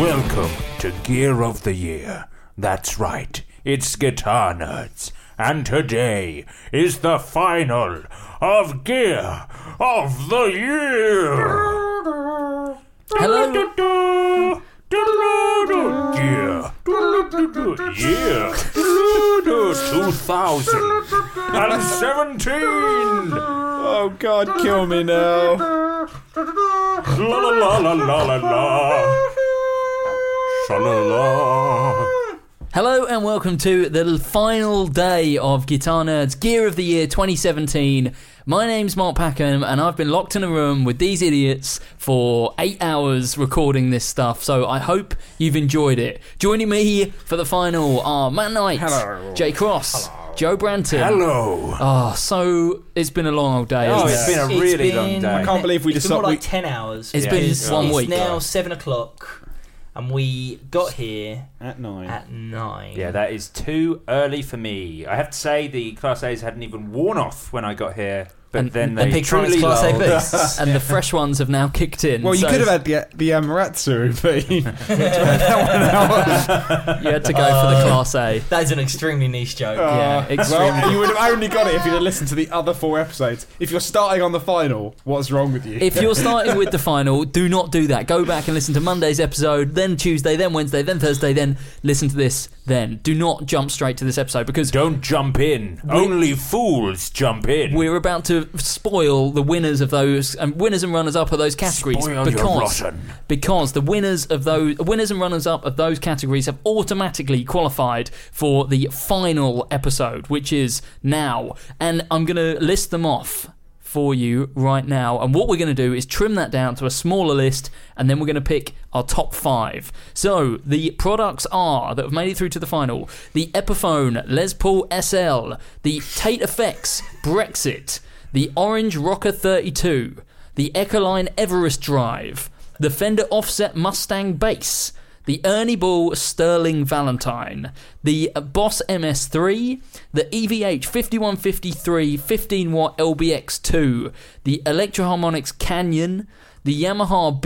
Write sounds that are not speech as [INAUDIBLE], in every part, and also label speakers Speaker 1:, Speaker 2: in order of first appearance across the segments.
Speaker 1: Welcome to Gear of the Year. That's right, it's Guitar Nerds. And today is the final of Gear of the Year. Hello. Gear. Year. 2017.
Speaker 2: Oh God, kill me now.
Speaker 1: La la la la la la la. Sha la la.
Speaker 3: Hello and welcome to the final day of Guitar Nerd's Gear of the Year 2017. My name's Mark Packham and I've been locked in a room with these idiots for eight hours recording this stuff, so I hope you've enjoyed it. Joining me for the final are Matt Knight,
Speaker 2: Hello.
Speaker 3: Jay Cross, Joe Branton.
Speaker 1: Hello.
Speaker 3: Oh, so it's been a long old day.
Speaker 4: Oh,
Speaker 3: hasn't
Speaker 4: it's
Speaker 3: it?
Speaker 4: been a really long day. I
Speaker 2: can't believe we
Speaker 4: it's
Speaker 2: just
Speaker 4: been more
Speaker 2: thought
Speaker 4: like
Speaker 2: we-
Speaker 4: ten hours.
Speaker 3: It's been
Speaker 4: because
Speaker 3: one
Speaker 4: it's
Speaker 3: week.
Speaker 4: now seven o'clock, and we got here
Speaker 2: At nine.
Speaker 4: at nine.
Speaker 5: Yeah, that is too early for me. I have to say the Class A's hadn't even worn off when I got here, but
Speaker 3: And,
Speaker 5: then
Speaker 3: and
Speaker 5: they
Speaker 3: Big Triumph
Speaker 5: truly
Speaker 3: Class A
Speaker 5: lulled.
Speaker 3: [LAUGHS] Bits.
Speaker 2: [LAUGHS]
Speaker 3: and the fresh ones have now kicked in.
Speaker 2: well, you
Speaker 3: so
Speaker 2: could have had the the
Speaker 6: um, [LAUGHS]
Speaker 2: Amaratsu, but you that one out.
Speaker 3: you had to go for the Class A.
Speaker 4: That is an extremely niche joke.
Speaker 1: Oh.
Speaker 3: Yeah, [LAUGHS]
Speaker 6: [LAUGHS]
Speaker 3: extremely.
Speaker 2: Uh, Well, you would
Speaker 3: [LAUGHS]
Speaker 2: have only got it if you'd have listened to the other four episodes. If you're starting on the final, what's wrong with you?
Speaker 3: if you're starting with the final, do not do that. Go back and listen to Monday's episode, then Tuesday, then Wednesday, then Thursday, then listen to this, then. Do not jump straight to this episode because
Speaker 1: Don't jump in. Only fools jump in.
Speaker 3: we're about to spoil the winners of those and winners and runners up of those categories
Speaker 1: Spoil your
Speaker 3: because
Speaker 1: rotten.
Speaker 3: because the winners of those winners and runners up of those categories have automatically qualified for the final episode which is now and I'm going to list them off for you right now and what we're going to do is trim that down to a smaller list and then we're going to pick our top 5 so the products are that have made it through to the final the Epiphone Les Paul SL the Tate Effects Brexit the Orange Rocker 32 the Ecoline Everest Drive, the Fender Offset Mustang Bass, the Ernie Ball Sterling Valentine, the Boss MS3, the E EVH 5153 15 watt LBX2, the Electro Harmonix Canyon, the Yamaha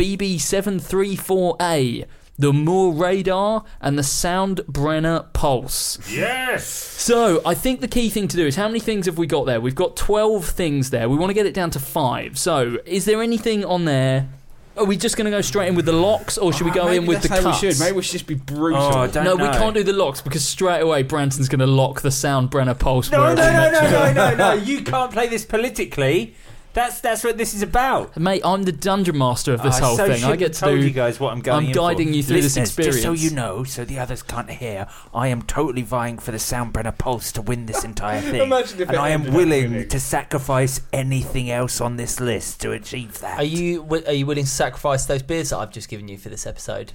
Speaker 3: BB734A, the Moore Radar, and the Soundbrenner Pulse.
Speaker 1: Yes.
Speaker 3: So I think the key thing to do is how many things have we got there? We've got twelve things there. We want to get it down to five. So is there anything on there? Are we just going to go straight in with the locks, or should we go in with the
Speaker 2: that's how
Speaker 3: cuts?
Speaker 2: we should. Maybe we should just be brutal.
Speaker 5: Oh, I don't
Speaker 3: no,
Speaker 5: know.
Speaker 3: we can't do the locks because straight away Branton's going to lock the sound Brenner pulse.
Speaker 5: No, no,
Speaker 3: wherever
Speaker 5: no,
Speaker 3: it
Speaker 5: no,
Speaker 3: matches.
Speaker 5: no, no, no!
Speaker 3: [LAUGHS]
Speaker 5: You can't play this politically. That's that's what this is about.
Speaker 3: Mate, I'm the dungeon master of this
Speaker 5: I
Speaker 3: whole
Speaker 5: so
Speaker 3: thing. I
Speaker 5: shouldn't
Speaker 3: get to
Speaker 5: have told
Speaker 3: do.
Speaker 5: you guys what I'm going.
Speaker 3: I'm
Speaker 5: in
Speaker 3: guiding
Speaker 5: for.
Speaker 3: you through this
Speaker 5: Listeners, Just so
Speaker 3: experience.
Speaker 5: you know, so the others can't hear, I am totally vying for the Soundbrenner Pulse to win this
Speaker 3: [LAUGHS]
Speaker 5: entire thing,
Speaker 2: Imagine if
Speaker 5: and
Speaker 2: it
Speaker 5: I
Speaker 2: ended
Speaker 5: am
Speaker 2: up
Speaker 5: willing
Speaker 2: winning.
Speaker 5: to sacrifice anything else on this list to achieve that.
Speaker 4: Are you wi- are you willing to sacrifice those beers that I've just given you for this episode?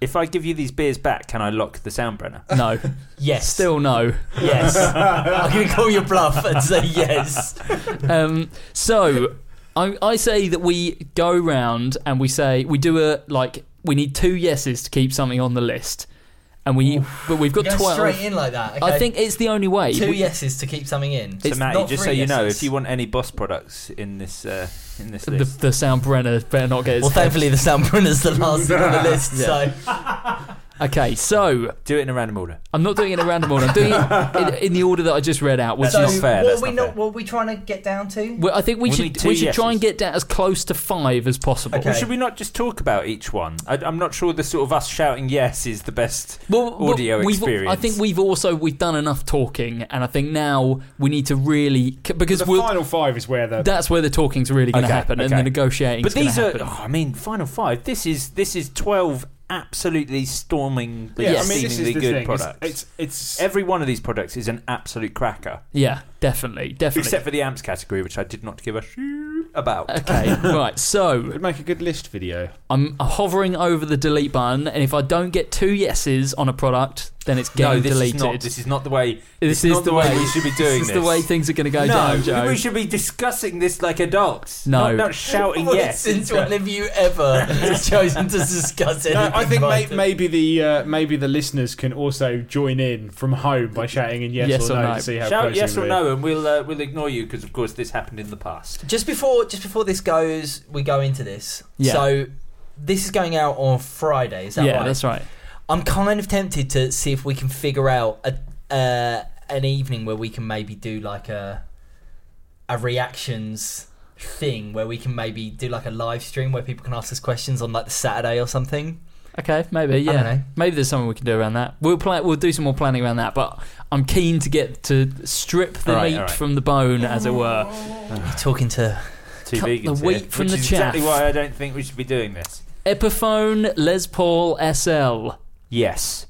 Speaker 5: If I give you these beers back, can I lock the Soundbrenner?
Speaker 3: No,
Speaker 5: [LAUGHS]
Speaker 4: Yes.
Speaker 3: still no.
Speaker 1: [LAUGHS]
Speaker 4: Yes. I'm gonna call your bluff and say yes.
Speaker 3: um, so I, I say that we go round and we say we do a like we need two yeses to keep something on the list, and we but we've got
Speaker 4: Go
Speaker 3: twelve.
Speaker 4: straight in like that. Okay.
Speaker 3: I think it's the only way.
Speaker 4: two
Speaker 3: We-
Speaker 4: yeses to keep something in.
Speaker 1: So
Speaker 4: It's
Speaker 1: Matty,
Speaker 4: not
Speaker 1: just so
Speaker 4: three
Speaker 1: you know,
Speaker 4: yeses.
Speaker 1: if you want any boss products in this uh, in this
Speaker 3: the,
Speaker 1: list,
Speaker 3: the sound Brenner better not get. His
Speaker 4: well, thankfully the sound is the last thing on
Speaker 1: [LAUGHS]
Speaker 4: the list. So
Speaker 3: Okay, so
Speaker 1: do it in a random order.
Speaker 3: I'm not doing it in a random order. I'm doing it in, in the order that I just read out, which
Speaker 1: That's
Speaker 4: so
Speaker 3: is.
Speaker 1: not fair,
Speaker 4: What
Speaker 1: that's
Speaker 4: are we
Speaker 1: not fair.
Speaker 4: What are we trying to get down to?
Speaker 3: Well, I think we
Speaker 1: We'll need
Speaker 3: should
Speaker 1: two
Speaker 3: we should try and
Speaker 1: yeses.
Speaker 3: get down as close to five as possible.
Speaker 4: Okay.
Speaker 1: Well, should we not just talk about each one? I, I'm not sure the sort of us shouting yes is the best
Speaker 3: Well, well,
Speaker 1: audio
Speaker 3: we've-
Speaker 1: experience.
Speaker 3: I think we've also we've done enough talking, and I think now we need to really c- because
Speaker 6: The
Speaker 3: we'll,
Speaker 6: final five is where the
Speaker 3: that's where the talking's really going to
Speaker 1: Okay,
Speaker 3: happen, and
Speaker 1: okay.
Speaker 3: the negotiating.
Speaker 1: But these are,
Speaker 3: happen.
Speaker 1: oh, I mean, final five. This is this is twelve absolutely storming,
Speaker 6: yeah.
Speaker 3: Yes.
Speaker 6: I mean, this is
Speaker 1: seemingly
Speaker 6: the
Speaker 1: good
Speaker 6: thing. It's
Speaker 1: products.
Speaker 6: it's, it's
Speaker 1: Every one of these products is an absolute cracker,
Speaker 3: yeah, definitely, definitely.
Speaker 1: except for the amps category, which I did not give a shoo about. [LAUGHS]
Speaker 3: okay, right. So
Speaker 6: would make a good list video.
Speaker 3: I'm hovering over the delete button, and if I don't get two yeses on a product, then it's
Speaker 1: no,
Speaker 3: getting
Speaker 1: this
Speaker 3: deleted.
Speaker 1: is not. This is not the way.
Speaker 3: This
Speaker 1: is
Speaker 3: is
Speaker 1: not
Speaker 3: the
Speaker 1: the way
Speaker 3: way-
Speaker 1: we should be doing
Speaker 3: [LAUGHS] This is the way things are going to go down, Joe.
Speaker 1: we should be discussing this like adults.
Speaker 3: No.
Speaker 1: not, not shouting
Speaker 4: Well,
Speaker 1: yes.
Speaker 4: Since when have you
Speaker 1: [LAUGHS]
Speaker 4: ever chosen to discuss anything?
Speaker 6: No, I
Speaker 3: [LAUGHS]
Speaker 6: think may,
Speaker 4: vital?
Speaker 6: maybe the uh, maybe the listeners can also join in from home by shouting in yes,
Speaker 3: Yes
Speaker 6: or,
Speaker 3: or
Speaker 6: no,
Speaker 3: no.
Speaker 6: to see how
Speaker 1: Shout
Speaker 6: close
Speaker 1: yes
Speaker 6: we
Speaker 1: or
Speaker 6: were.
Speaker 1: no, and we'll uh, we'll ignore you because of course this happened in the past.
Speaker 4: Just before, just before this goes, we go into this.
Speaker 3: Yeah.
Speaker 4: So this is going out on Friday. Is that
Speaker 3: yeah,
Speaker 4: right?
Speaker 3: that's right.
Speaker 4: I'm kind of tempted to see if we can figure out a uh, an evening where we can maybe do like a a reactions thing where we can maybe do like a live stream where people can ask us questions on like the Saturday or something.
Speaker 3: Okay, maybe yeah.
Speaker 4: don't know.
Speaker 3: Maybe there's something we can do around that. We'll play. We'll do some more planning around that. But I'm keen to get to strip the
Speaker 1: All right,
Speaker 3: meat
Speaker 1: all right.
Speaker 3: from the bone, as it were.
Speaker 4: You're talking to
Speaker 1: Two
Speaker 3: Cut the
Speaker 1: vegans here,
Speaker 3: wheat from
Speaker 1: which
Speaker 3: the
Speaker 1: is exactly
Speaker 3: chaff.
Speaker 1: why I don't think we should be doing this.
Speaker 3: Epiphone Les Paul SL.
Speaker 1: Yes,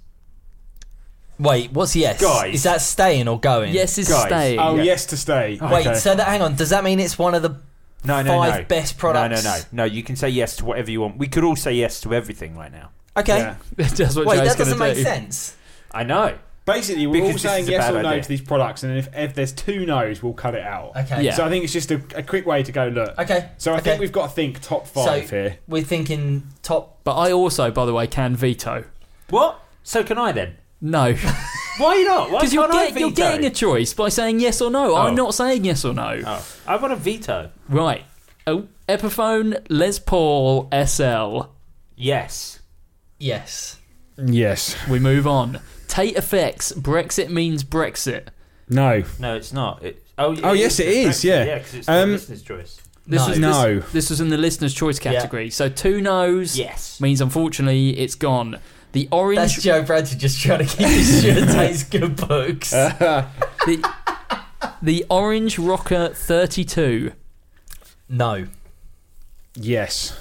Speaker 4: wait. What's yes?
Speaker 1: Guys.
Speaker 4: is that staying or going?
Speaker 3: Yes is
Speaker 1: Guys.
Speaker 3: staying.
Speaker 6: Oh,
Speaker 1: Yeah.
Speaker 6: yes to stay.
Speaker 4: Wait.
Speaker 6: Okay.
Speaker 4: So that hang on. Does that mean it's one of the
Speaker 1: no, no,
Speaker 4: five
Speaker 1: no.
Speaker 4: best products?
Speaker 1: No, no, no, no. You can say yes to whatever you want. We could all say yes to everything right now.
Speaker 4: Okay.
Speaker 6: Yeah.
Speaker 3: [LAUGHS] That's what
Speaker 4: Wait,
Speaker 3: Joe's
Speaker 4: that doesn't
Speaker 3: gonna
Speaker 4: make
Speaker 3: do.
Speaker 4: sense.
Speaker 1: I know.
Speaker 6: Basically, we're
Speaker 1: Because
Speaker 6: all
Speaker 1: this
Speaker 6: saying
Speaker 1: is a
Speaker 6: yes
Speaker 1: bad
Speaker 6: or no
Speaker 1: idea.
Speaker 6: to these products, and if, if there's two no's, we'll cut it out.
Speaker 4: Okay.
Speaker 3: Yeah.
Speaker 6: So I think it's just a, a quick way to go. Look.
Speaker 4: Okay.
Speaker 6: So I
Speaker 4: okay.
Speaker 6: think we've got to think top five
Speaker 4: So-
Speaker 6: here.
Speaker 4: we're thinking top.
Speaker 3: But I also, by the way, can veto.
Speaker 1: What? So can I then?
Speaker 4: [LAUGHS]
Speaker 3: No,
Speaker 1: Why not? Why
Speaker 3: because you're,
Speaker 1: can't I
Speaker 3: get, you're
Speaker 1: veto?
Speaker 3: getting a choice by saying yes or no.
Speaker 1: Oh.
Speaker 3: I'm not saying yes or no.
Speaker 1: Oh, I want a veto.
Speaker 3: Right. Oh, Epiphone Les Paul SL.
Speaker 1: Yes.
Speaker 4: Yes.
Speaker 6: Yes.
Speaker 3: We move on. Tate effects. Brexit means Brexit.
Speaker 6: No.
Speaker 1: No, it's not. It, oh,
Speaker 6: Oh, yes, it
Speaker 1: the
Speaker 6: is,
Speaker 1: Brexit,
Speaker 6: yeah.
Speaker 1: yeah, because it's
Speaker 6: Um,
Speaker 1: the listener's choice.
Speaker 3: This
Speaker 4: No.
Speaker 3: was
Speaker 6: No.
Speaker 3: This, this was in the listener's choice category. So two no's
Speaker 1: Yes. [LAUGHS]
Speaker 3: means unfortunately it's gone. The
Speaker 4: That's
Speaker 3: orange.
Speaker 4: Joe Bradford just trying to keep his Stuart Tate's good books.
Speaker 1: Uh.
Speaker 3: the, the orange rocker thirty-two.
Speaker 4: no.
Speaker 6: Yes.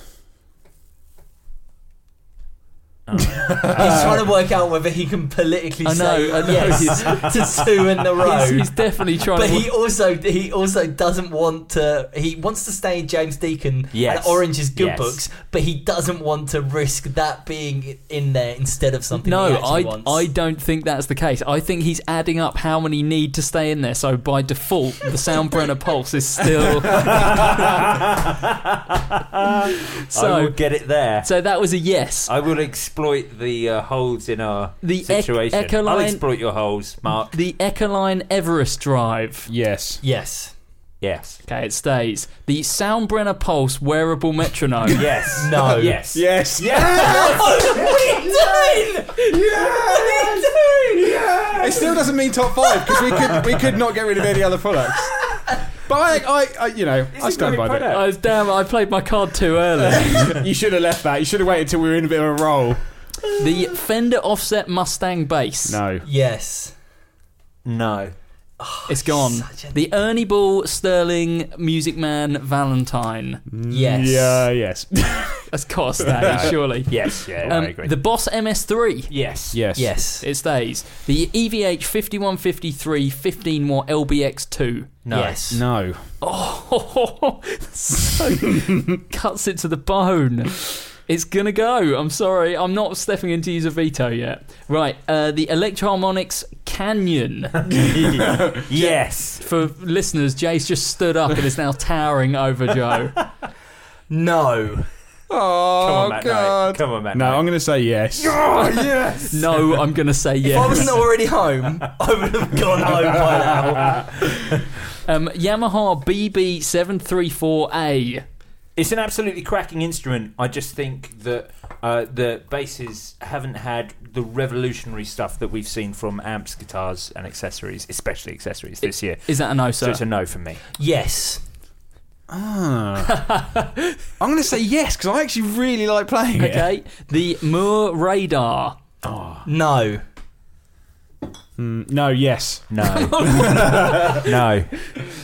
Speaker 1: Uh.
Speaker 4: He's trying to work out whether he can politically
Speaker 3: I know,
Speaker 4: say
Speaker 3: I know.
Speaker 4: yes to two in a row.
Speaker 3: [LAUGHS] He's, he's definitely trying.
Speaker 4: but
Speaker 3: to
Speaker 4: he also he also doesn't want to. He wants to stay in James Deacon
Speaker 1: Yes.
Speaker 4: and Orange's Good
Speaker 1: Yes.
Speaker 4: Books, but he doesn't want to risk that being in there instead of something.
Speaker 3: no,
Speaker 4: he actually
Speaker 3: I
Speaker 4: wants.
Speaker 3: I don't think that's the case. I think he's adding up how many need to stay in there. So by default, the Soundbrenner Pulse
Speaker 1: [LAUGHS]
Speaker 3: is still.
Speaker 1: I will
Speaker 3: [LAUGHS] so
Speaker 1: get it there.
Speaker 3: so that was a yes.
Speaker 1: I will exploit the uh, holes in our
Speaker 3: The ec-
Speaker 1: situation.
Speaker 3: echo
Speaker 1: I'll
Speaker 3: line-
Speaker 1: exploit your holes, Mark.
Speaker 3: The Ecoline Everest Drive.
Speaker 6: Yes.
Speaker 4: Yes.
Speaker 1: Yes.
Speaker 3: Okay, it stays. The Soundbrenner Pulse wearable
Speaker 6: [LAUGHS]
Speaker 3: metronome.
Speaker 1: Yes.
Speaker 4: No.
Speaker 1: Yes.
Speaker 6: Yes. Yes. [LAUGHS] It still doesn't mean top five because we could we could not get rid of any other products. But I, I, I you know, I
Speaker 1: It's a
Speaker 6: stand by
Speaker 1: great
Speaker 6: that.
Speaker 1: product.
Speaker 3: Oh, damn, I played my card too early.
Speaker 6: [LAUGHS] You should have left that. You should have waited until we were in a bit of a roll.
Speaker 3: the Fender Offset Mustang Bass.
Speaker 6: No.
Speaker 4: Yes.
Speaker 1: No.
Speaker 3: It's gone.
Speaker 4: Such a-
Speaker 3: The Ernie Ball Sterling Music Man Valentine.
Speaker 4: Yes.
Speaker 6: Yeah. [LAUGHS] Yes.
Speaker 3: That's got to stay, surely.
Speaker 1: Yes. Yeah. I
Speaker 3: Um,
Speaker 1: agree.
Speaker 3: the Boss MS3.
Speaker 1: yes.
Speaker 6: Yes.
Speaker 4: Yes.
Speaker 3: It stays. The E EVH 5153 15 watt LBX2.
Speaker 1: No.
Speaker 4: Yes.
Speaker 6: No.
Speaker 3: Oh, [LAUGHS] so cuts it to the bone. It's gonna go. I'm sorry. I'm not stepping into user veto yet. Right. Uh, the Electroharmonics Canyon.
Speaker 1: [LAUGHS] yes.
Speaker 3: For listeners, Jay's just stood up and is now towering over Joe.
Speaker 4: No.
Speaker 6: Oh,
Speaker 1: Come on, Matt
Speaker 6: God.
Speaker 1: Knight. Come on, Matt
Speaker 6: No,
Speaker 1: Knight.
Speaker 6: I'm going to say [LAUGHS] yes.
Speaker 1: Oh, yes.
Speaker 3: No, I'm going to say yes.
Speaker 4: If I wasn't already home, I would have gone home by now.
Speaker 3: Um, Yamaha BB734A.
Speaker 1: It's an absolutely cracking instrument. I just think that uh, the basses haven't had the revolutionary stuff that we've seen from amps, guitars, and accessories, especially accessories this year.
Speaker 3: Is that a no,
Speaker 1: So
Speaker 3: sir?
Speaker 1: it's a no for
Speaker 3: [LAUGHS]
Speaker 1: me.
Speaker 4: Yes.
Speaker 6: Ah. I'm going to say yes because I actually really like playing it.
Speaker 3: okay. The Moore radar.
Speaker 4: No.
Speaker 6: Mm, no, yes.
Speaker 1: No. [LAUGHS] no.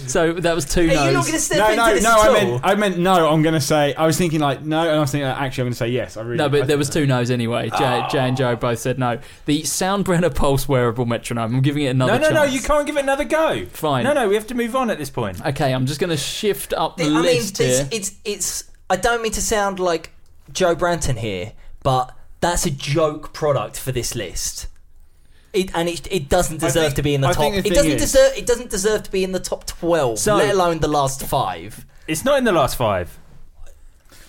Speaker 3: So that was two
Speaker 4: Are you not
Speaker 3: no's.
Speaker 4: going to step
Speaker 6: No,
Speaker 4: into
Speaker 6: no,
Speaker 4: this
Speaker 6: no.
Speaker 4: at
Speaker 6: I
Speaker 4: all?
Speaker 6: meant, I meant no. I'm going to say. I was thinking like no, and I was thinking like, actually, I'm going to say yes. I really.
Speaker 3: No,
Speaker 6: I-
Speaker 3: but there was two no's anyway. Jay,
Speaker 1: Ah.
Speaker 3: Jay and Joe both said no. The Soundbrenner Pulse wearable metronome. I'm giving it another
Speaker 1: No, no,
Speaker 3: chance.
Speaker 1: no. You can't give it another go.
Speaker 3: Fine.
Speaker 1: No, no. We have to move on at this point.
Speaker 3: Okay, I'm just going to shift up the
Speaker 4: I mean,
Speaker 3: list
Speaker 4: it's,
Speaker 3: here.
Speaker 4: it's it's. I don't mean to sound like Joe Branton here, but that's a joke product for this list. It, and it, it doesn't deserve
Speaker 6: think-
Speaker 4: to be in the
Speaker 6: I
Speaker 4: top.
Speaker 6: think the
Speaker 4: It
Speaker 6: thing
Speaker 4: doesn't
Speaker 6: is-
Speaker 4: deserve. It doesn't deserve to be in the top twelve,
Speaker 3: So-
Speaker 4: let alone the last five.
Speaker 1: It's not in the last five.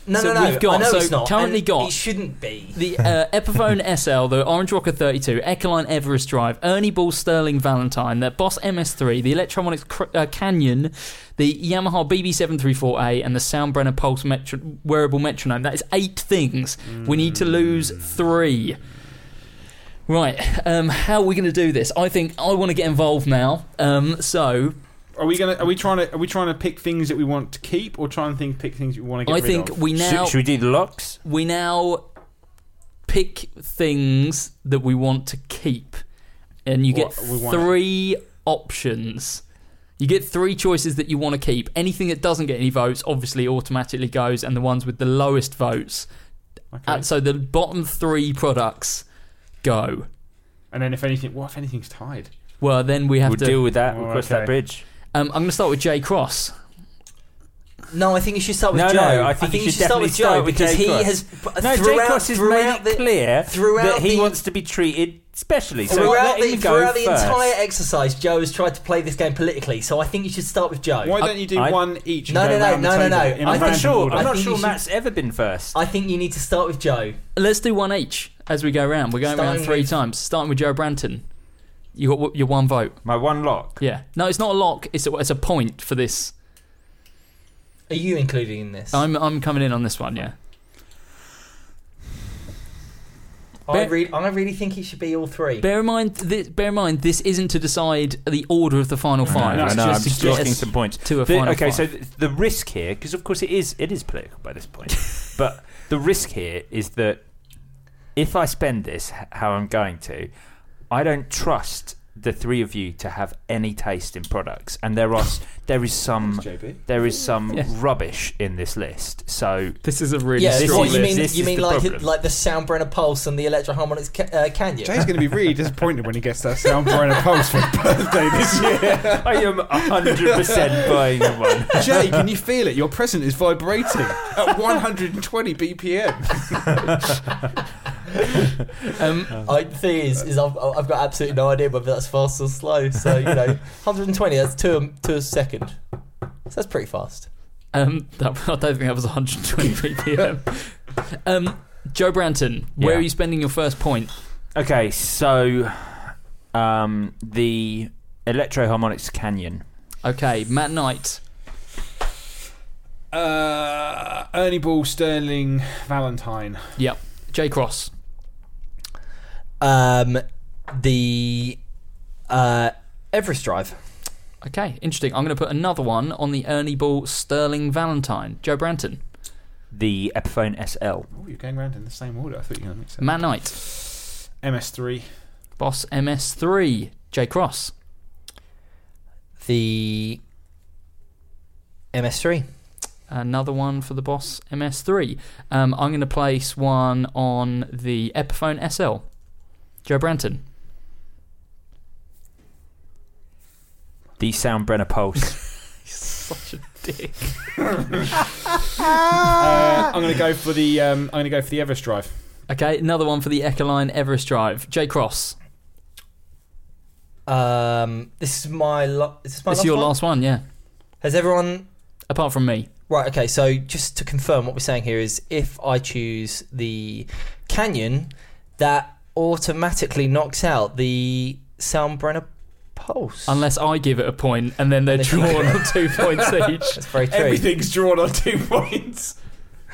Speaker 4: No,
Speaker 3: So
Speaker 4: no, no.
Speaker 3: we've got-
Speaker 4: I know
Speaker 3: so
Speaker 4: it's not.
Speaker 3: currently
Speaker 4: and
Speaker 3: got-
Speaker 4: It shouldn't be.
Speaker 3: the uh,
Speaker 1: [LAUGHS]
Speaker 3: Epiphone SL, the Orange Rocker 32, Ecoline Everest Drive, Ernie Ball Sterling Valentine, the Boss MS3, the Electromonics Cr- uh, Canyon, the Yamaha BB734A, and the Soundbrenner Pulse metro- wearable metronome. That is eight things. We need to lose three. Right, um, how are we going to do this? I think I want to get involved now. Um, so
Speaker 6: Are we going to? Are we trying to? Are we trying to pick things that we want to keep, or trying to think pick things that we want to get rid
Speaker 3: I think
Speaker 6: of?
Speaker 3: we now
Speaker 1: should, should we do the locks?
Speaker 3: we now pick things that we want to keep, and you get
Speaker 6: What we want-
Speaker 3: three options. You get three choices that you want to keep. Anything that doesn't get any votes obviously automatically goes, and the ones with the lowest votes. Uh, so the bottom three products go.
Speaker 6: And then if anything, what if anything's tied?
Speaker 3: Well, then we have
Speaker 1: We'll
Speaker 3: to.
Speaker 1: deal with that. We'll
Speaker 6: Oh,
Speaker 1: cross
Speaker 6: okay.
Speaker 1: that bridge.
Speaker 3: um, I'm going to start with Jay Cross.
Speaker 4: No, I think you should start with
Speaker 1: No,
Speaker 4: Joe.
Speaker 1: no, I think you should
Speaker 4: start
Speaker 1: definitely
Speaker 4: with
Speaker 1: start
Speaker 4: Joe
Speaker 1: with
Speaker 4: because
Speaker 1: Jay
Speaker 4: he
Speaker 1: Cross.
Speaker 4: has
Speaker 1: No,
Speaker 4: throughout,
Speaker 1: Jay Cross has made
Speaker 4: throughout
Speaker 1: it
Speaker 4: the,
Speaker 1: clear
Speaker 4: throughout
Speaker 1: that he
Speaker 4: the-
Speaker 1: wants to be treated specially. So
Speaker 4: Throughout,
Speaker 1: let
Speaker 4: the,
Speaker 1: him go
Speaker 4: throughout the
Speaker 1: first.
Speaker 4: entire exercise, Joe has tried to play this game politically, so I think you should start with Joe.
Speaker 6: Why don't you do
Speaker 1: I-
Speaker 6: one each? and
Speaker 4: No,
Speaker 6: go
Speaker 4: no, no,
Speaker 6: round the
Speaker 4: no, no,
Speaker 6: table
Speaker 4: no.
Speaker 6: in a
Speaker 4: I'm not
Speaker 1: I'm not
Speaker 6: random
Speaker 1: sure.
Speaker 6: order?
Speaker 1: I'm
Speaker 4: I
Speaker 1: not
Speaker 4: think
Speaker 1: sure
Speaker 4: you should-
Speaker 1: Matt's ever been first.
Speaker 4: I think you need to start with Joe.
Speaker 3: Let's do one each as we go round. We're going round
Speaker 4: Starting
Speaker 3: three
Speaker 4: with-
Speaker 3: times, starting with Joe Branton. You got w- your one vote.
Speaker 1: My one lock.
Speaker 3: Yeah. No, it's not a lock. It's a, it's a point for this.
Speaker 4: Are you including in this?
Speaker 3: I'm I'm coming in on this one. Yeah.
Speaker 4: I, re- I really think it should be all three.
Speaker 3: Bear in mind. This, bear in mind. This isn't to decide the order of the final five.
Speaker 6: no,
Speaker 3: it's
Speaker 6: no,
Speaker 3: just
Speaker 6: I'm
Speaker 3: to
Speaker 6: just
Speaker 3: get
Speaker 1: locking
Speaker 3: us
Speaker 1: some points.
Speaker 3: to a
Speaker 1: The-
Speaker 3: final
Speaker 1: okay,
Speaker 3: five.
Speaker 1: so th- the risk here, because of course it is, it is political by this
Speaker 3: [LAUGHS]
Speaker 1: point. but the risk here is that if I spend this h- how I'm going to, I don't trust the three of you to have any taste in products, and there are s- there is some
Speaker 6: JB.
Speaker 1: there is some
Speaker 3: Yeah.
Speaker 1: rubbish in this list. So
Speaker 3: this is a really
Speaker 4: yeah,
Speaker 1: this
Speaker 3: strong
Speaker 4: what, you
Speaker 3: list.
Speaker 4: mean
Speaker 1: this
Speaker 4: you
Speaker 1: is
Speaker 4: mean
Speaker 1: the
Speaker 4: like
Speaker 1: problem.
Speaker 4: like the Soundbrenner Pulse and the Electro Harmonics ca- uh, Canyon?
Speaker 6: Jay's going to be really disappointed when he gets that soundboard and a pulse for his birthday this year.
Speaker 1: I am 100
Speaker 3: [LAUGHS]
Speaker 1: percent buying the one.
Speaker 6: Jay, can you feel it? Your present is vibrating at 120 BPM.
Speaker 3: Um,
Speaker 4: I, the thing is, is I've, I've got absolutely no idea whether that's fast or slow. So you know, [LAUGHS] 120 that's two a, two a second. So that's pretty fast.
Speaker 3: um, [LAUGHS] that, I don't think that was 123 p.m. um, Joe Branton, where
Speaker 1: Yeah.
Speaker 3: are you spending your first point?
Speaker 1: Okay, so um, the Electro Harmonics Canyon.
Speaker 3: Okay, Matt Knight.
Speaker 6: Uh, Ernie Ball, Sterling, Valentine.
Speaker 3: Yep. Jay Cross.
Speaker 4: Um, the uh, Everest Drive.
Speaker 3: Okay, interesting. I'm going to put another one on the Ernie Ball Sterling Valentine. Joe Branton.
Speaker 1: the Epiphone SL.
Speaker 6: Oh, you're going round in the same order. I thought you were going to mix it.
Speaker 3: Matt Knight.
Speaker 6: MS3.
Speaker 3: Boss MS3. Jay Cross.
Speaker 4: The MS3.
Speaker 3: another one for the Boss MS3. Um, I'm going to place one on the Epiphone SL. Joe Branton.
Speaker 1: The Soundbrenner Pulse.
Speaker 3: Such a dick.
Speaker 6: Uh, I'm going to go for the um, I'm going to go for the Everest Drive.
Speaker 3: Okay, another one for the Ecoline Everest Drive. Jay Cross.
Speaker 4: Um, this is my lo- is this my
Speaker 3: This
Speaker 4: last
Speaker 3: is your
Speaker 4: one?
Speaker 3: last one, yeah.
Speaker 4: Has everyone
Speaker 3: Apart from me.
Speaker 4: Right, okay, so just to confirm what we're saying here is if I choose the canyon, that automatically knocks out the Salmbrenner pulse.
Speaker 3: Unless I give it a point and then they're
Speaker 4: Unless you
Speaker 3: drawn
Speaker 4: give
Speaker 3: on two points each. [LAUGHS]
Speaker 4: That's very
Speaker 6: [LAUGHS]
Speaker 4: true.
Speaker 6: Everything's drawn on two points.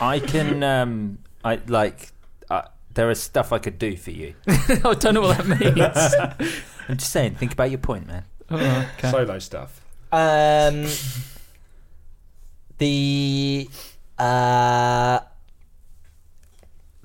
Speaker 1: I can, um, I like, uh, there is stuff I could do for you.
Speaker 3: I don't know what that means.
Speaker 1: I'm just saying, think about your point, man.
Speaker 3: Oh, okay.
Speaker 6: Solo stuff.
Speaker 4: Um, the uh,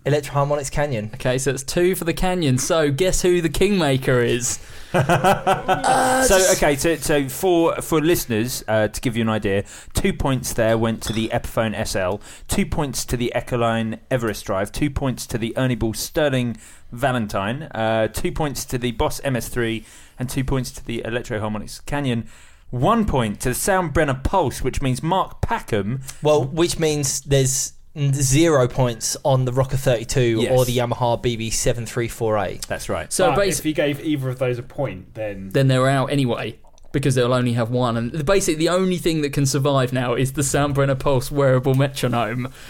Speaker 4: Electroharmonics Canyon.
Speaker 3: Okay, so it's two for the canyon. So guess who the kingmaker is?
Speaker 1: so okay, so so for for listeners uh, to give you an idea, two points there went to the Epiphone SL, two points to the Echoline Everest Drive, two points to the Ernie Ball Sterling Valentine, uh, two points to the Boss MS3, and two points to the Electro Harmonics Canyon. One point to the Soundbrenner Pulse, which means Mark Packham.
Speaker 4: Well, which means there's n- zero points on the Rocker 32
Speaker 1: Yes.
Speaker 4: or the Yamaha BB7348.
Speaker 1: That's right.
Speaker 3: So
Speaker 2: but
Speaker 3: basically,
Speaker 2: if you gave either of those a point, then
Speaker 3: then they're out anyway because they'll only have one. And basically, the only thing that can survive now is the Soundbrenner Pulse wearable metronome. [LAUGHS]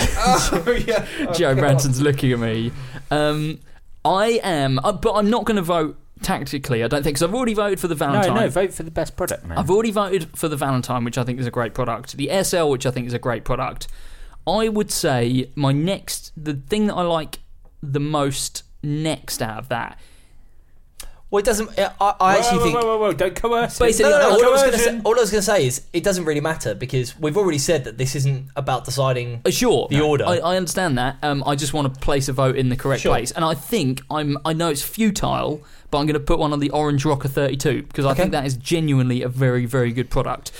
Speaker 6: Oh, yeah.
Speaker 3: Joe Branson's looking at me. Um, I am, uh, but I'm not going to vote tactically. I don't think because I've already voted for the Valentine.
Speaker 1: No, no, vote for the best product, man.
Speaker 3: I've already voted for the Valentine, which I think is a great product. The SL, which I think is a great product. I would say my next, the thing that I like the most next out of that.
Speaker 4: Well, it doesn't. I, I I actually
Speaker 1: whoa,
Speaker 4: think.
Speaker 1: whoa, whoa, whoa, don't coerce. him.
Speaker 4: Basically,
Speaker 1: No, no, no,
Speaker 4: all, I was gonna
Speaker 1: coercion.
Speaker 4: say, all I was going to say is it doesn't really matter because we've already said that this isn't about deciding.
Speaker 3: Uh, Sure,
Speaker 4: The order.
Speaker 3: I, I understand that. Um, I just want to place a vote in the correct
Speaker 4: Sure.
Speaker 3: place, and I think I'm. I know it's futile, but I'm going to put one on the Orange Rocker 32 because I
Speaker 4: Okay.
Speaker 3: think that is genuinely a very, very good product.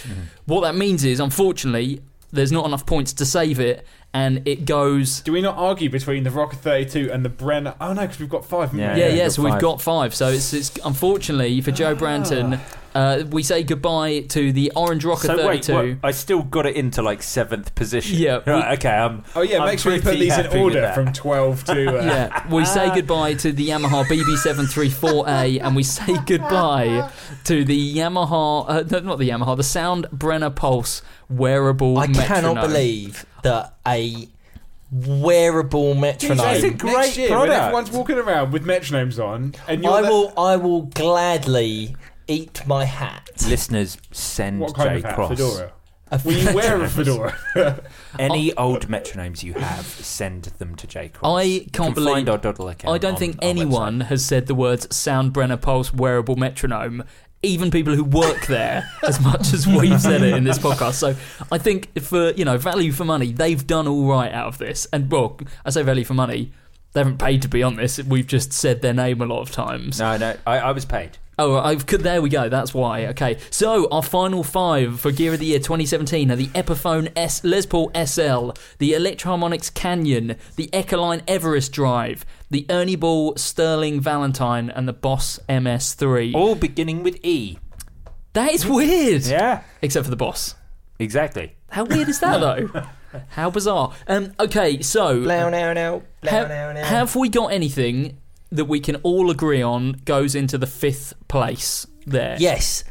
Speaker 3: What that means is, unfortunately, there's not enough points to save it, and it goes.
Speaker 6: Do we not argue between the Rocker 32 and the Brenner? Oh, no, because we've got five. haven't
Speaker 1: Yeah,
Speaker 6: we?
Speaker 3: Yeah, yeah.
Speaker 1: you've got
Speaker 3: so we we've
Speaker 1: five.
Speaker 3: got five. So it's it's unfortunately for Joe Branton, uh, we say goodbye to the Orange Rocker
Speaker 1: So wait,
Speaker 3: 32.
Speaker 1: what, I still got it into like seventh position.
Speaker 3: Yeah, we-
Speaker 1: Right, okay. um, I'm,
Speaker 6: Oh, yeah,
Speaker 1: I'm
Speaker 6: make sure you put
Speaker 1: pretty
Speaker 6: these in
Speaker 1: happy with
Speaker 6: order
Speaker 1: that.
Speaker 6: from 12 to. Uh,
Speaker 3: [LAUGHS] yeah, we
Speaker 4: [LAUGHS]
Speaker 3: say goodbye to the Yamaha BB734A, and we say goodbye to the Yamaha, uh, no, not the Yamaha, the Sound Brenner Pulse wearable.
Speaker 4: I cannot
Speaker 3: metronome.
Speaker 4: believe that a wearable metronome.
Speaker 1: It's a
Speaker 6: Next
Speaker 1: great
Speaker 6: year, when
Speaker 1: product.
Speaker 6: everyone's walking around with metronomes on, and you're
Speaker 4: I
Speaker 6: the-
Speaker 4: will. I will gladly eat my hat.
Speaker 1: Listeners, send
Speaker 6: What kind
Speaker 1: Jay
Speaker 6: of hat?
Speaker 1: Cross
Speaker 6: Fedora.
Speaker 4: A
Speaker 6: Will you
Speaker 1: [LAUGHS]
Speaker 6: wear a
Speaker 4: feather.
Speaker 6: fedora?
Speaker 1: any old metronomes you have. Send them to Jay Cross.
Speaker 3: I
Speaker 1: You
Speaker 3: can't
Speaker 1: can
Speaker 3: believe-
Speaker 1: Find our doddle account
Speaker 3: I don't
Speaker 1: on
Speaker 3: think
Speaker 1: our
Speaker 3: anyone has said the words Sound Brenner Pulse wearable metronome. Even people who work
Speaker 4: [LAUGHS]
Speaker 3: there, as much as we've said it in this podcast, so I think for you know value for money, they've done all right out of this. And well, I say value for money, they haven't paid to be on this. We've just said their name a lot of times.
Speaker 1: website. No, no, I, I was paid.
Speaker 3: Oh, I've, could, there we go. That's why. Okay, so our final five for Gear of the Year 2017 are the Epiphone S, Les Paul SL, the Electroharmonics Canyon, the Echoline Everest Drive, the Ernie Ball Sterling Valentine, and the Boss MS3.
Speaker 1: All beginning with E.
Speaker 3: That is weird.
Speaker 1: Oh. Yeah,
Speaker 3: Except for the Boss.
Speaker 1: exactly.
Speaker 3: How weird is that though? How bizarre. Um. Okay, so
Speaker 4: Blow, now, now, blow,
Speaker 3: ha-
Speaker 4: now, now.
Speaker 3: have we got anything that we can all agree on goes into the fifth place? There.
Speaker 4: yes.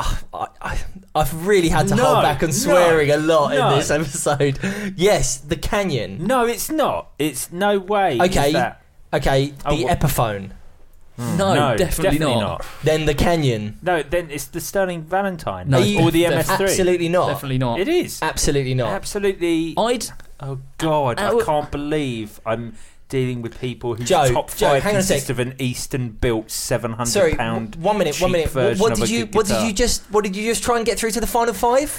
Speaker 4: Ah, I, I, I've really had to
Speaker 1: No,
Speaker 4: hold back on
Speaker 1: no,
Speaker 4: swearing a lot
Speaker 1: no.
Speaker 4: in this episode. Yes, the canyon.
Speaker 1: No, it's not. It's no way. is
Speaker 4: Okay,
Speaker 1: that-
Speaker 4: okay, the
Speaker 1: Oh, wha-
Speaker 4: Epiphone,
Speaker 3: No,
Speaker 1: no,
Speaker 3: definitely, not.
Speaker 4: then the canyon.
Speaker 1: No, then it's the Sterling Valentine
Speaker 3: No,
Speaker 4: Are you-
Speaker 1: or the
Speaker 3: def-
Speaker 1: MS3.
Speaker 4: Absolutely not.
Speaker 3: Definitely not.
Speaker 1: It is.
Speaker 4: Absolutely not.
Speaker 1: Absolutely.
Speaker 3: I'd
Speaker 1: Oh God,
Speaker 3: Ow.
Speaker 1: I can't believe I'm dealing with people whose
Speaker 4: Uh, Joe,
Speaker 1: top
Speaker 4: Joe,
Speaker 1: five
Speaker 4: hang on a sec.
Speaker 1: consist of an Eastern-built seven
Speaker 4: Sorry,
Speaker 1: hundred pound.
Speaker 4: w- one minute, one minute. What, what did you? What did you just? What did you just try and get through to the final five?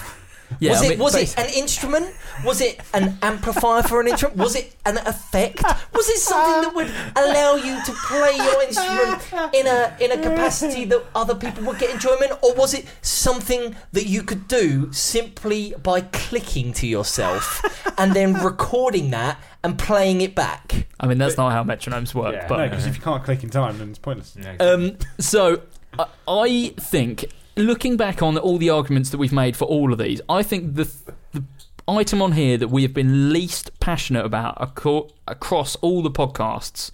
Speaker 3: yeah,
Speaker 4: was
Speaker 3: I
Speaker 4: it
Speaker 3: mean,
Speaker 4: was it
Speaker 3: basi-
Speaker 4: an instrument? Was it an amplifier for an instrument? Was it an effect? Was it something that would allow you to play your instrument in a in a capacity that other people would get enjoyment, or was it something that you could do simply by clicking to yourself
Speaker 2: [LAUGHS]
Speaker 4: and then recording that and playing it back?
Speaker 3: I mean, that's not how metronomes work.
Speaker 1: Yeah.
Speaker 3: but
Speaker 6: no, because if you can't click in time, then it's pointless.
Speaker 3: um, so I, I think, looking back on all the arguments that we've made for all of these, I think the the item on here that we have been least passionate about aco- across all the podcasts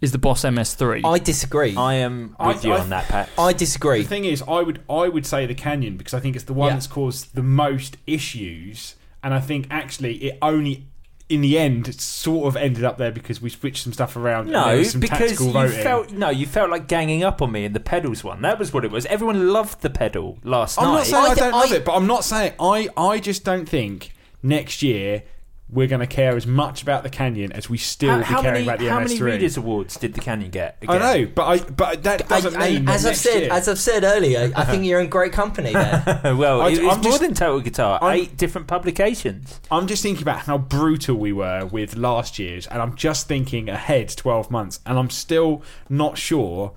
Speaker 3: is the Boss MS3.
Speaker 4: I disagree. I,
Speaker 1: I am
Speaker 6: I-
Speaker 1: with you
Speaker 6: I-
Speaker 1: on that, Pat.
Speaker 4: disagree.
Speaker 6: The thing is, I would I would say the Canyon because I think it's the one
Speaker 3: Yeah.
Speaker 6: that's caused the most issues
Speaker 2: And I think actually it only in the end it sort of ended up there because we switched some stuff around. and there
Speaker 1: No,
Speaker 2: was some
Speaker 1: because
Speaker 2: tactical
Speaker 1: you
Speaker 2: voting.
Speaker 1: felt no, you felt like ganging up on me in the pedals one. That was what it was. Everyone loved the pedal last
Speaker 2: I'm
Speaker 1: night.
Speaker 2: not saying I,
Speaker 6: I
Speaker 2: don't
Speaker 6: d-
Speaker 2: love
Speaker 6: I-
Speaker 2: it, but I'm not saying I. I just don't think next year we're going to care as much about the canyon as we still
Speaker 1: how,
Speaker 2: be
Speaker 1: how many,
Speaker 2: caring about the
Speaker 1: how
Speaker 2: MS3.
Speaker 1: many readers awards did the Canyon get?
Speaker 2: I
Speaker 1: Again?
Speaker 2: know, but I but that doesn't
Speaker 4: I- I-
Speaker 2: mean that
Speaker 4: as I've
Speaker 2: next
Speaker 4: said,
Speaker 2: year- Uh-huh.
Speaker 4: as I've said earlier, I think you're in great company there.
Speaker 1: know. [LAUGHS] well,
Speaker 2: I-
Speaker 1: it was
Speaker 2: I'm
Speaker 1: more
Speaker 2: just-
Speaker 1: than Total Guitar.
Speaker 2: I'm-
Speaker 1: eight different publications.
Speaker 2: I'm just thinking about how brutal we were with last year's, and I'm just thinking ahead 12 months, and I'm still not sure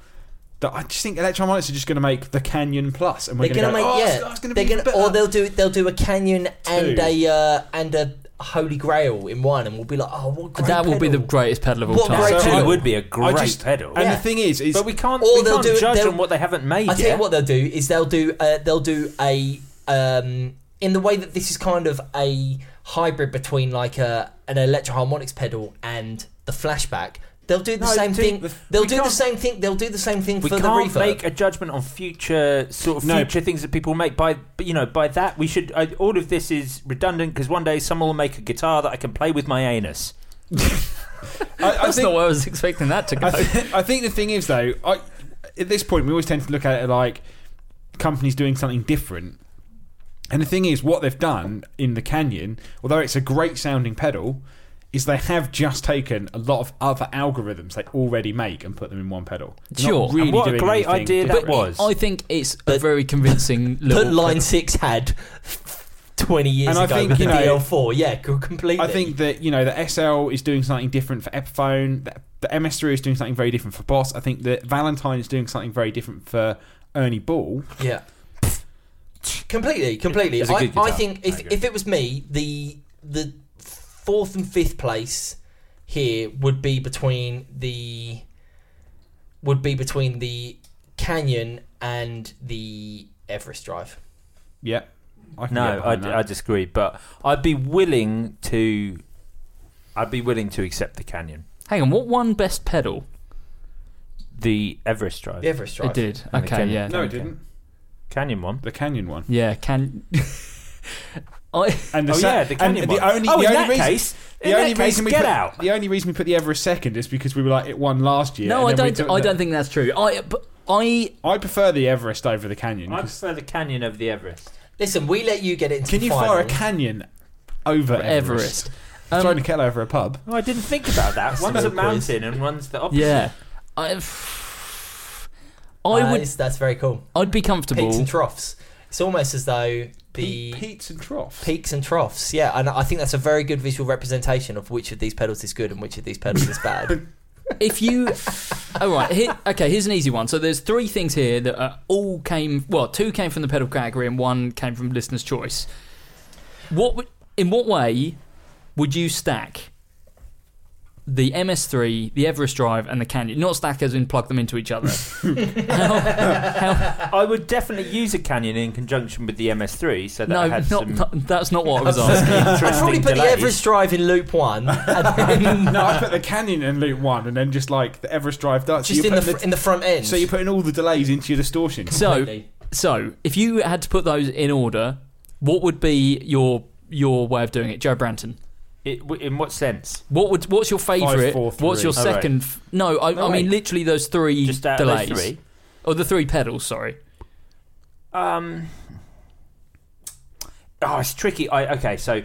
Speaker 2: that I just think Electromonics are just going to make the Canyon Plus, and we're
Speaker 4: They're
Speaker 2: going to
Speaker 4: gonna
Speaker 2: go,
Speaker 4: make
Speaker 2: oh,
Speaker 4: yeah.
Speaker 2: it's- it's going to
Speaker 4: they're
Speaker 2: be
Speaker 4: gonna
Speaker 2: better.
Speaker 4: or they'll do they'll do a canyon and
Speaker 2: Two.
Speaker 4: a uh, and a holy grail in one, and we'll be like, oh, what great
Speaker 3: that will be the
Speaker 4: pedal.
Speaker 3: greatest pedal of all
Speaker 4: What
Speaker 3: time.
Speaker 4: great
Speaker 1: That
Speaker 2: So
Speaker 1: too
Speaker 2: I-
Speaker 1: would be a
Speaker 2: I
Speaker 1: great
Speaker 2: just-
Speaker 1: pedal.
Speaker 2: And
Speaker 4: Yeah.
Speaker 2: the thing is, is
Speaker 1: But we can't,
Speaker 4: Or
Speaker 1: we
Speaker 4: they'll
Speaker 1: can't
Speaker 4: do it-
Speaker 1: judge
Speaker 4: they'll-
Speaker 1: on what they haven't made
Speaker 4: I tell
Speaker 1: yet.
Speaker 4: you what they'll do is they'll do uh, they'll do a um, in the way that this is kind of a hybrid between like a an electro harmonics pedal and the flashback. They'll do the
Speaker 1: No,
Speaker 4: same
Speaker 1: dude,
Speaker 4: thing.
Speaker 1: the-
Speaker 4: they'll
Speaker 1: we
Speaker 4: do the
Speaker 1: can't-
Speaker 4: same thing. They'll do the same thing
Speaker 1: we
Speaker 4: for the
Speaker 1: can't
Speaker 4: reverb.
Speaker 1: make a judgment on future sort of
Speaker 2: No.
Speaker 1: future things that people make by but, you know by that we should I, all of this is redundant because one day someone will make a guitar that I can play with my anus.
Speaker 2: I, I
Speaker 3: That's
Speaker 2: think,
Speaker 3: not where I was expecting that to go.
Speaker 2: I, th- I think the thing is though, I, at this point we always tend to look at it like companies doing something different. And the thing is, what they've done in the Canyon, although it's a great sounding pedal, is they have just taken a lot of other algorithms they already make and put them in one pedal. They're
Speaker 3: Sure.
Speaker 2: not
Speaker 3: And
Speaker 2: really
Speaker 1: what a
Speaker 2: doing
Speaker 1: great
Speaker 2: anything
Speaker 1: idea that
Speaker 2: different.
Speaker 1: was.
Speaker 3: I think it's a very convincing little
Speaker 4: that Line Six had twenty years
Speaker 2: And I
Speaker 4: ago
Speaker 2: think,
Speaker 4: with the
Speaker 2: you know,
Speaker 4: DL4. Yeah, c- completely.
Speaker 2: I think that you know the SL is doing something different for Epiphone. The, the MS3 is doing something very different for Boss. I think that Valentine is doing something very different for Ernie Ball.
Speaker 4: Yeah. completely, completely.
Speaker 1: It's a
Speaker 4: I,
Speaker 1: good
Speaker 4: I
Speaker 1: guitar.
Speaker 4: think
Speaker 1: I
Speaker 4: if,
Speaker 1: agree.
Speaker 4: if it was me, the the fourth and fifth place here would be between the would be between the Canyon and the Everest Drive.
Speaker 2: Yeah, I can get
Speaker 1: No, I,
Speaker 2: behind that.
Speaker 1: I disagree, but I'd be willing to I'd be willing to accept the Canyon,
Speaker 3: Hang on, what one best pedal?
Speaker 1: the Everest Drive,
Speaker 4: The Everest Drive.
Speaker 3: It did.
Speaker 1: And the
Speaker 3: Okay,
Speaker 1: Ken-
Speaker 3: yeah.
Speaker 2: no, it
Speaker 1: Okay.
Speaker 2: didn't.
Speaker 1: Canyon one.
Speaker 2: The Canyon one.
Speaker 3: Yeah,
Speaker 2: [LAUGHS]
Speaker 3: can. I,
Speaker 2: And the
Speaker 1: oh
Speaker 2: sa-
Speaker 1: yeah, the Canyon
Speaker 2: and
Speaker 1: one.
Speaker 2: the only,
Speaker 1: oh,
Speaker 2: the
Speaker 1: in
Speaker 2: only
Speaker 1: that
Speaker 2: reason,
Speaker 1: case,
Speaker 2: the
Speaker 1: in
Speaker 2: only
Speaker 1: that case,
Speaker 2: reason we
Speaker 1: get
Speaker 2: put,
Speaker 1: out.
Speaker 2: The only reason we put the Everest second is because we were like it won last year.
Speaker 3: no, I
Speaker 2: and then we
Speaker 3: don't.
Speaker 2: took
Speaker 3: I
Speaker 2: the-
Speaker 3: don't think that's true. I, but I,
Speaker 2: I prefer the Everest over the Canyon.
Speaker 1: I
Speaker 2: 'cause-
Speaker 1: prefer the Canyon over the Everest.
Speaker 4: Listen, we let you get into
Speaker 2: Can
Speaker 4: the
Speaker 2: you fire a
Speaker 4: final.
Speaker 2: Canyon over Everest?
Speaker 3: Everest.
Speaker 2: Throwing
Speaker 3: Um,
Speaker 2: a kettle over a pub.
Speaker 1: Oh, I didn't think about that. one's
Speaker 4: no
Speaker 1: a
Speaker 4: quiz.
Speaker 1: mountain and one's the opposite.
Speaker 3: yeah, I.
Speaker 4: Uh,
Speaker 3: I would.
Speaker 4: it's- That's very cool.
Speaker 3: I'd be
Speaker 4: Peaks
Speaker 3: comfortable.
Speaker 4: and troughs. It's almost as though the
Speaker 2: Pe- Pete's and troughs.
Speaker 4: peaks and troughs. Yeah, and I think that's a very good visual representation of which of these pedals is good and which of these pedals is bad.
Speaker 3: If you, all right, here, okay. Here's an easy one. So there's three things here that uh, all came. Well, two came from the pedal category and one came from listener's choice. What would, in what way would you stack the MS3, the Everest Drive, and the Canyon? Not stack as in plug them into each other.
Speaker 1: I would definitely use a Canyon in conjunction with the MS3, so that
Speaker 3: no,
Speaker 1: I had
Speaker 3: not,
Speaker 1: some
Speaker 3: not- that's not what
Speaker 1: [LAUGHS]
Speaker 3: I was [LAUGHS] asking.
Speaker 1: interesting
Speaker 4: I'd probably put the
Speaker 1: delays.
Speaker 4: Everest Drive in loop one, and then
Speaker 2: no, I put the Canyon in loop one, and then just like the Everest Drive does.
Speaker 4: just
Speaker 2: so
Speaker 4: in
Speaker 2: you're
Speaker 4: the,
Speaker 2: putting
Speaker 4: fr- in the front end.
Speaker 2: so you're putting all the delays into your distortion.
Speaker 3: So,
Speaker 4: Completely.
Speaker 3: so if you had to put those in order, what would be your your way of doing it, Joe Branton?
Speaker 1: It- w- in what sense?
Speaker 3: What would what's your favourite?
Speaker 2: Five, four, three.
Speaker 3: What's your
Speaker 1: Oh, right.
Speaker 3: second? f- No, I,
Speaker 1: No,
Speaker 3: I mean
Speaker 1: wait.
Speaker 3: literally those three
Speaker 1: Just out of
Speaker 3: delays,
Speaker 1: those three.
Speaker 3: or the three pedals. Sorry,
Speaker 1: Um, oh, it's tricky. I okay. So,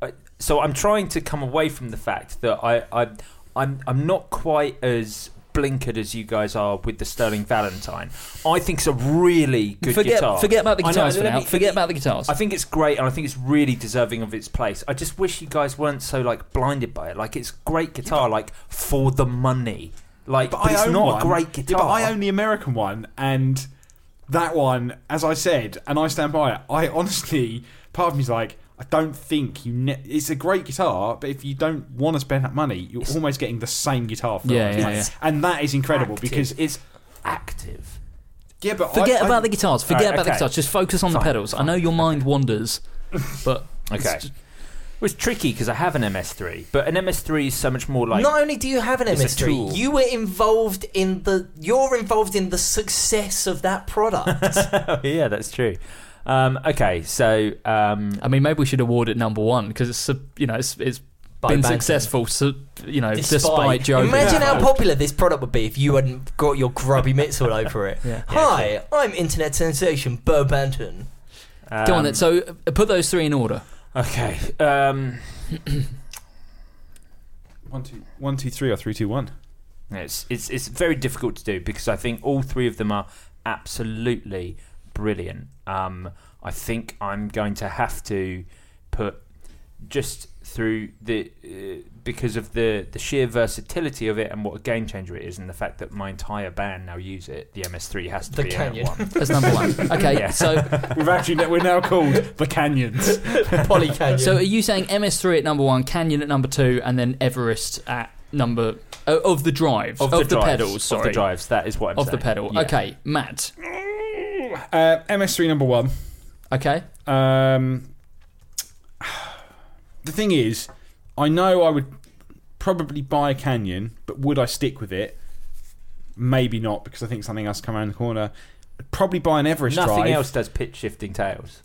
Speaker 1: uh, so I'm trying to come away from the fact that I, I I'm I'm not quite as blinkered as you guys are with the Sterling Valentine. I think it's a really good
Speaker 3: forget
Speaker 1: guitar.
Speaker 3: forget about the
Speaker 1: I know,
Speaker 3: guitars for
Speaker 1: let
Speaker 3: now.
Speaker 1: me-
Speaker 3: forget about the guitars.
Speaker 1: I think it's great, and I think it's really deserving of its place. I just wish you guys weren't so like blinded by it. Like it's great guitar, like for the money. Like, but, it's not
Speaker 2: one.
Speaker 1: a great
Speaker 2: Yeah,
Speaker 1: guitar.
Speaker 2: but I own the American one, and that one, as I said, and I stand by it. I honestly, part of me's like, I don't think you. Ne- it's a great guitar, but if you don't want to spend that money, you're almost getting the same guitar for
Speaker 3: Yeah,
Speaker 2: it.
Speaker 3: yeah,
Speaker 2: Like,
Speaker 3: yeah.
Speaker 2: and that is incredible
Speaker 1: Active.
Speaker 2: because
Speaker 1: it's active.
Speaker 2: yeah, but
Speaker 3: forget
Speaker 2: I,
Speaker 3: about
Speaker 2: I,
Speaker 3: the guitars. Forget
Speaker 1: Alright,
Speaker 3: about the
Speaker 1: okay.
Speaker 3: guitars. Just focus on the
Speaker 1: Fine,
Speaker 3: pedals. I know your mind wanders, but
Speaker 1: Okay.
Speaker 3: it's-
Speaker 1: It was tricky because I have an MS3, but an MS3 is so much more like.
Speaker 4: Not only do you have an
Speaker 1: It's a
Speaker 4: MS3,
Speaker 1: tool.
Speaker 4: you were involved in the you're involved in the success of that product.
Speaker 1: [LAUGHS] yeah, that's true. Um, okay, so um,
Speaker 3: I mean, maybe we should award it number one because it's su- you know it's, it's
Speaker 4: By
Speaker 3: been
Speaker 4: banking.
Speaker 3: successful. So you know, despite,
Speaker 4: Despite,
Speaker 3: Joe. being
Speaker 4: imagine how
Speaker 3: out.
Speaker 4: popular this product would be if you hadn't got your grubby mitts all over it.
Speaker 3: Yeah.
Speaker 4: Hi, I'm internet sensation Bo Banton.
Speaker 3: Go on,
Speaker 1: um,
Speaker 3: then. So uh, put those three in order.
Speaker 1: Okay. Um,
Speaker 2: One, two, one, two, three, or three, two,
Speaker 1: [LAUGHS]
Speaker 2: one.
Speaker 1: it's, it's it's very difficult to do because I think all three of them are absolutely brilliant. Um, I think I'm going to have to put just through the uh, because of the the sheer versatility of it and what a game changer it is, and the fact that my entire band now use it. The MS3 has to
Speaker 4: The
Speaker 1: be in
Speaker 4: Canyon.
Speaker 1: at one.
Speaker 3: That's number
Speaker 1: [LAUGHS]
Speaker 3: one. Okay,
Speaker 1: Yeah.
Speaker 3: so
Speaker 2: We've actually we're now called the
Speaker 1: [LAUGHS]
Speaker 2: Canyons.
Speaker 4: Polly Canyon.
Speaker 3: so are you saying MS3 at number one, Canyon at number two, and then Everest at number oh, of the drive of, the,
Speaker 1: drives,
Speaker 3: pedals? Sorry,
Speaker 1: of the drives. That is what I'm
Speaker 3: Of
Speaker 1: saying.
Speaker 3: the pedal.
Speaker 1: Yeah.
Speaker 3: Okay, Matt.
Speaker 2: Uh, MS3 number one.
Speaker 3: Okay,
Speaker 2: Um, the thing is, I know I would probably buy a Canyon, but would I stick with it? Maybe not because I think something else come around the corner. I'd probably buy an Everest
Speaker 1: Nothing
Speaker 2: drive
Speaker 1: else does pitch shifting tails.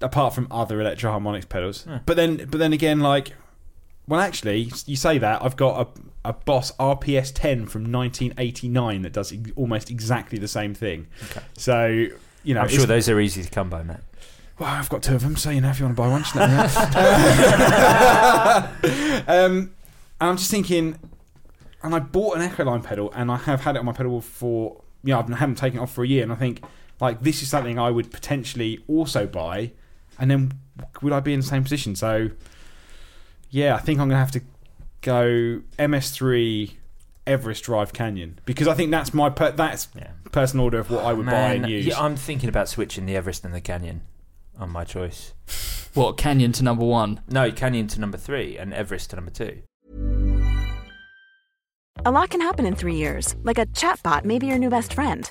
Speaker 2: apart from other electro harmonics pedals. But then, but then again, like, well, actually, you say that I've got a a Boss RPS 10 from 1989 that does ex- almost exactly the same thing. So. You know,
Speaker 1: I'm
Speaker 2: it's-
Speaker 1: sure those are easy to come by, Matt.
Speaker 2: Well, I've got two of them, so you know if you want to buy one, just let me know. [LAUGHS] um, and I'm just thinking, and I bought an Echo Line pedal, and I have had it on my pedal for you know I haven't taken it off for a year, and I think like this is something I would potentially also buy, and then would I be in the same position? So yeah, I think I'm gonna have to go MS3 Everest Drive Canyon because I think that's my per- that's
Speaker 1: Yeah.
Speaker 2: personal order of what I would buy
Speaker 1: Oh, Man,
Speaker 2: and use.
Speaker 1: Yeah, I'm thinking about switching the Everest and the Canyon on my choice.
Speaker 3: what Canyon to number one?
Speaker 1: No, Canyon to number three and Everest to number two.
Speaker 7: A lot can happen in three years, like a chatbot may be your new best friend.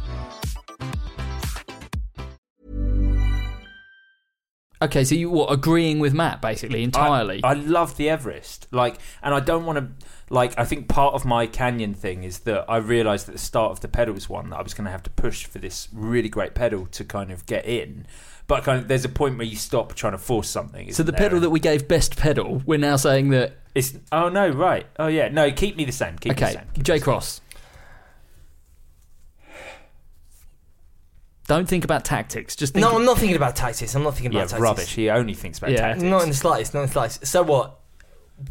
Speaker 3: Okay, so you what agreeing with Matt basically entirely?
Speaker 1: I, I love the Everest. Like, and I don't want to. Like, I think part of my Canyon thing is that I realised at the start of the pedals one that I was going to have to push for this really great pedal to kind of get in. But kind of, there's a point where you stop trying to force something.
Speaker 3: so the pedal that we gave best pedal, we're now saying that
Speaker 1: is. Oh no! Right. Oh yeah. No. Keep me the same. Keep me the
Speaker 3: okay,
Speaker 1: same. Keep
Speaker 3: J Cross. Don't think about tactics. Just think
Speaker 4: no, I'm not thinking about tactics. I'm not thinking
Speaker 1: Yeah.
Speaker 4: about tactics.
Speaker 1: Rubbish. He only thinks about
Speaker 3: Yeah.
Speaker 1: tactics.
Speaker 4: Not in the slightest. Not in the slightest. So what?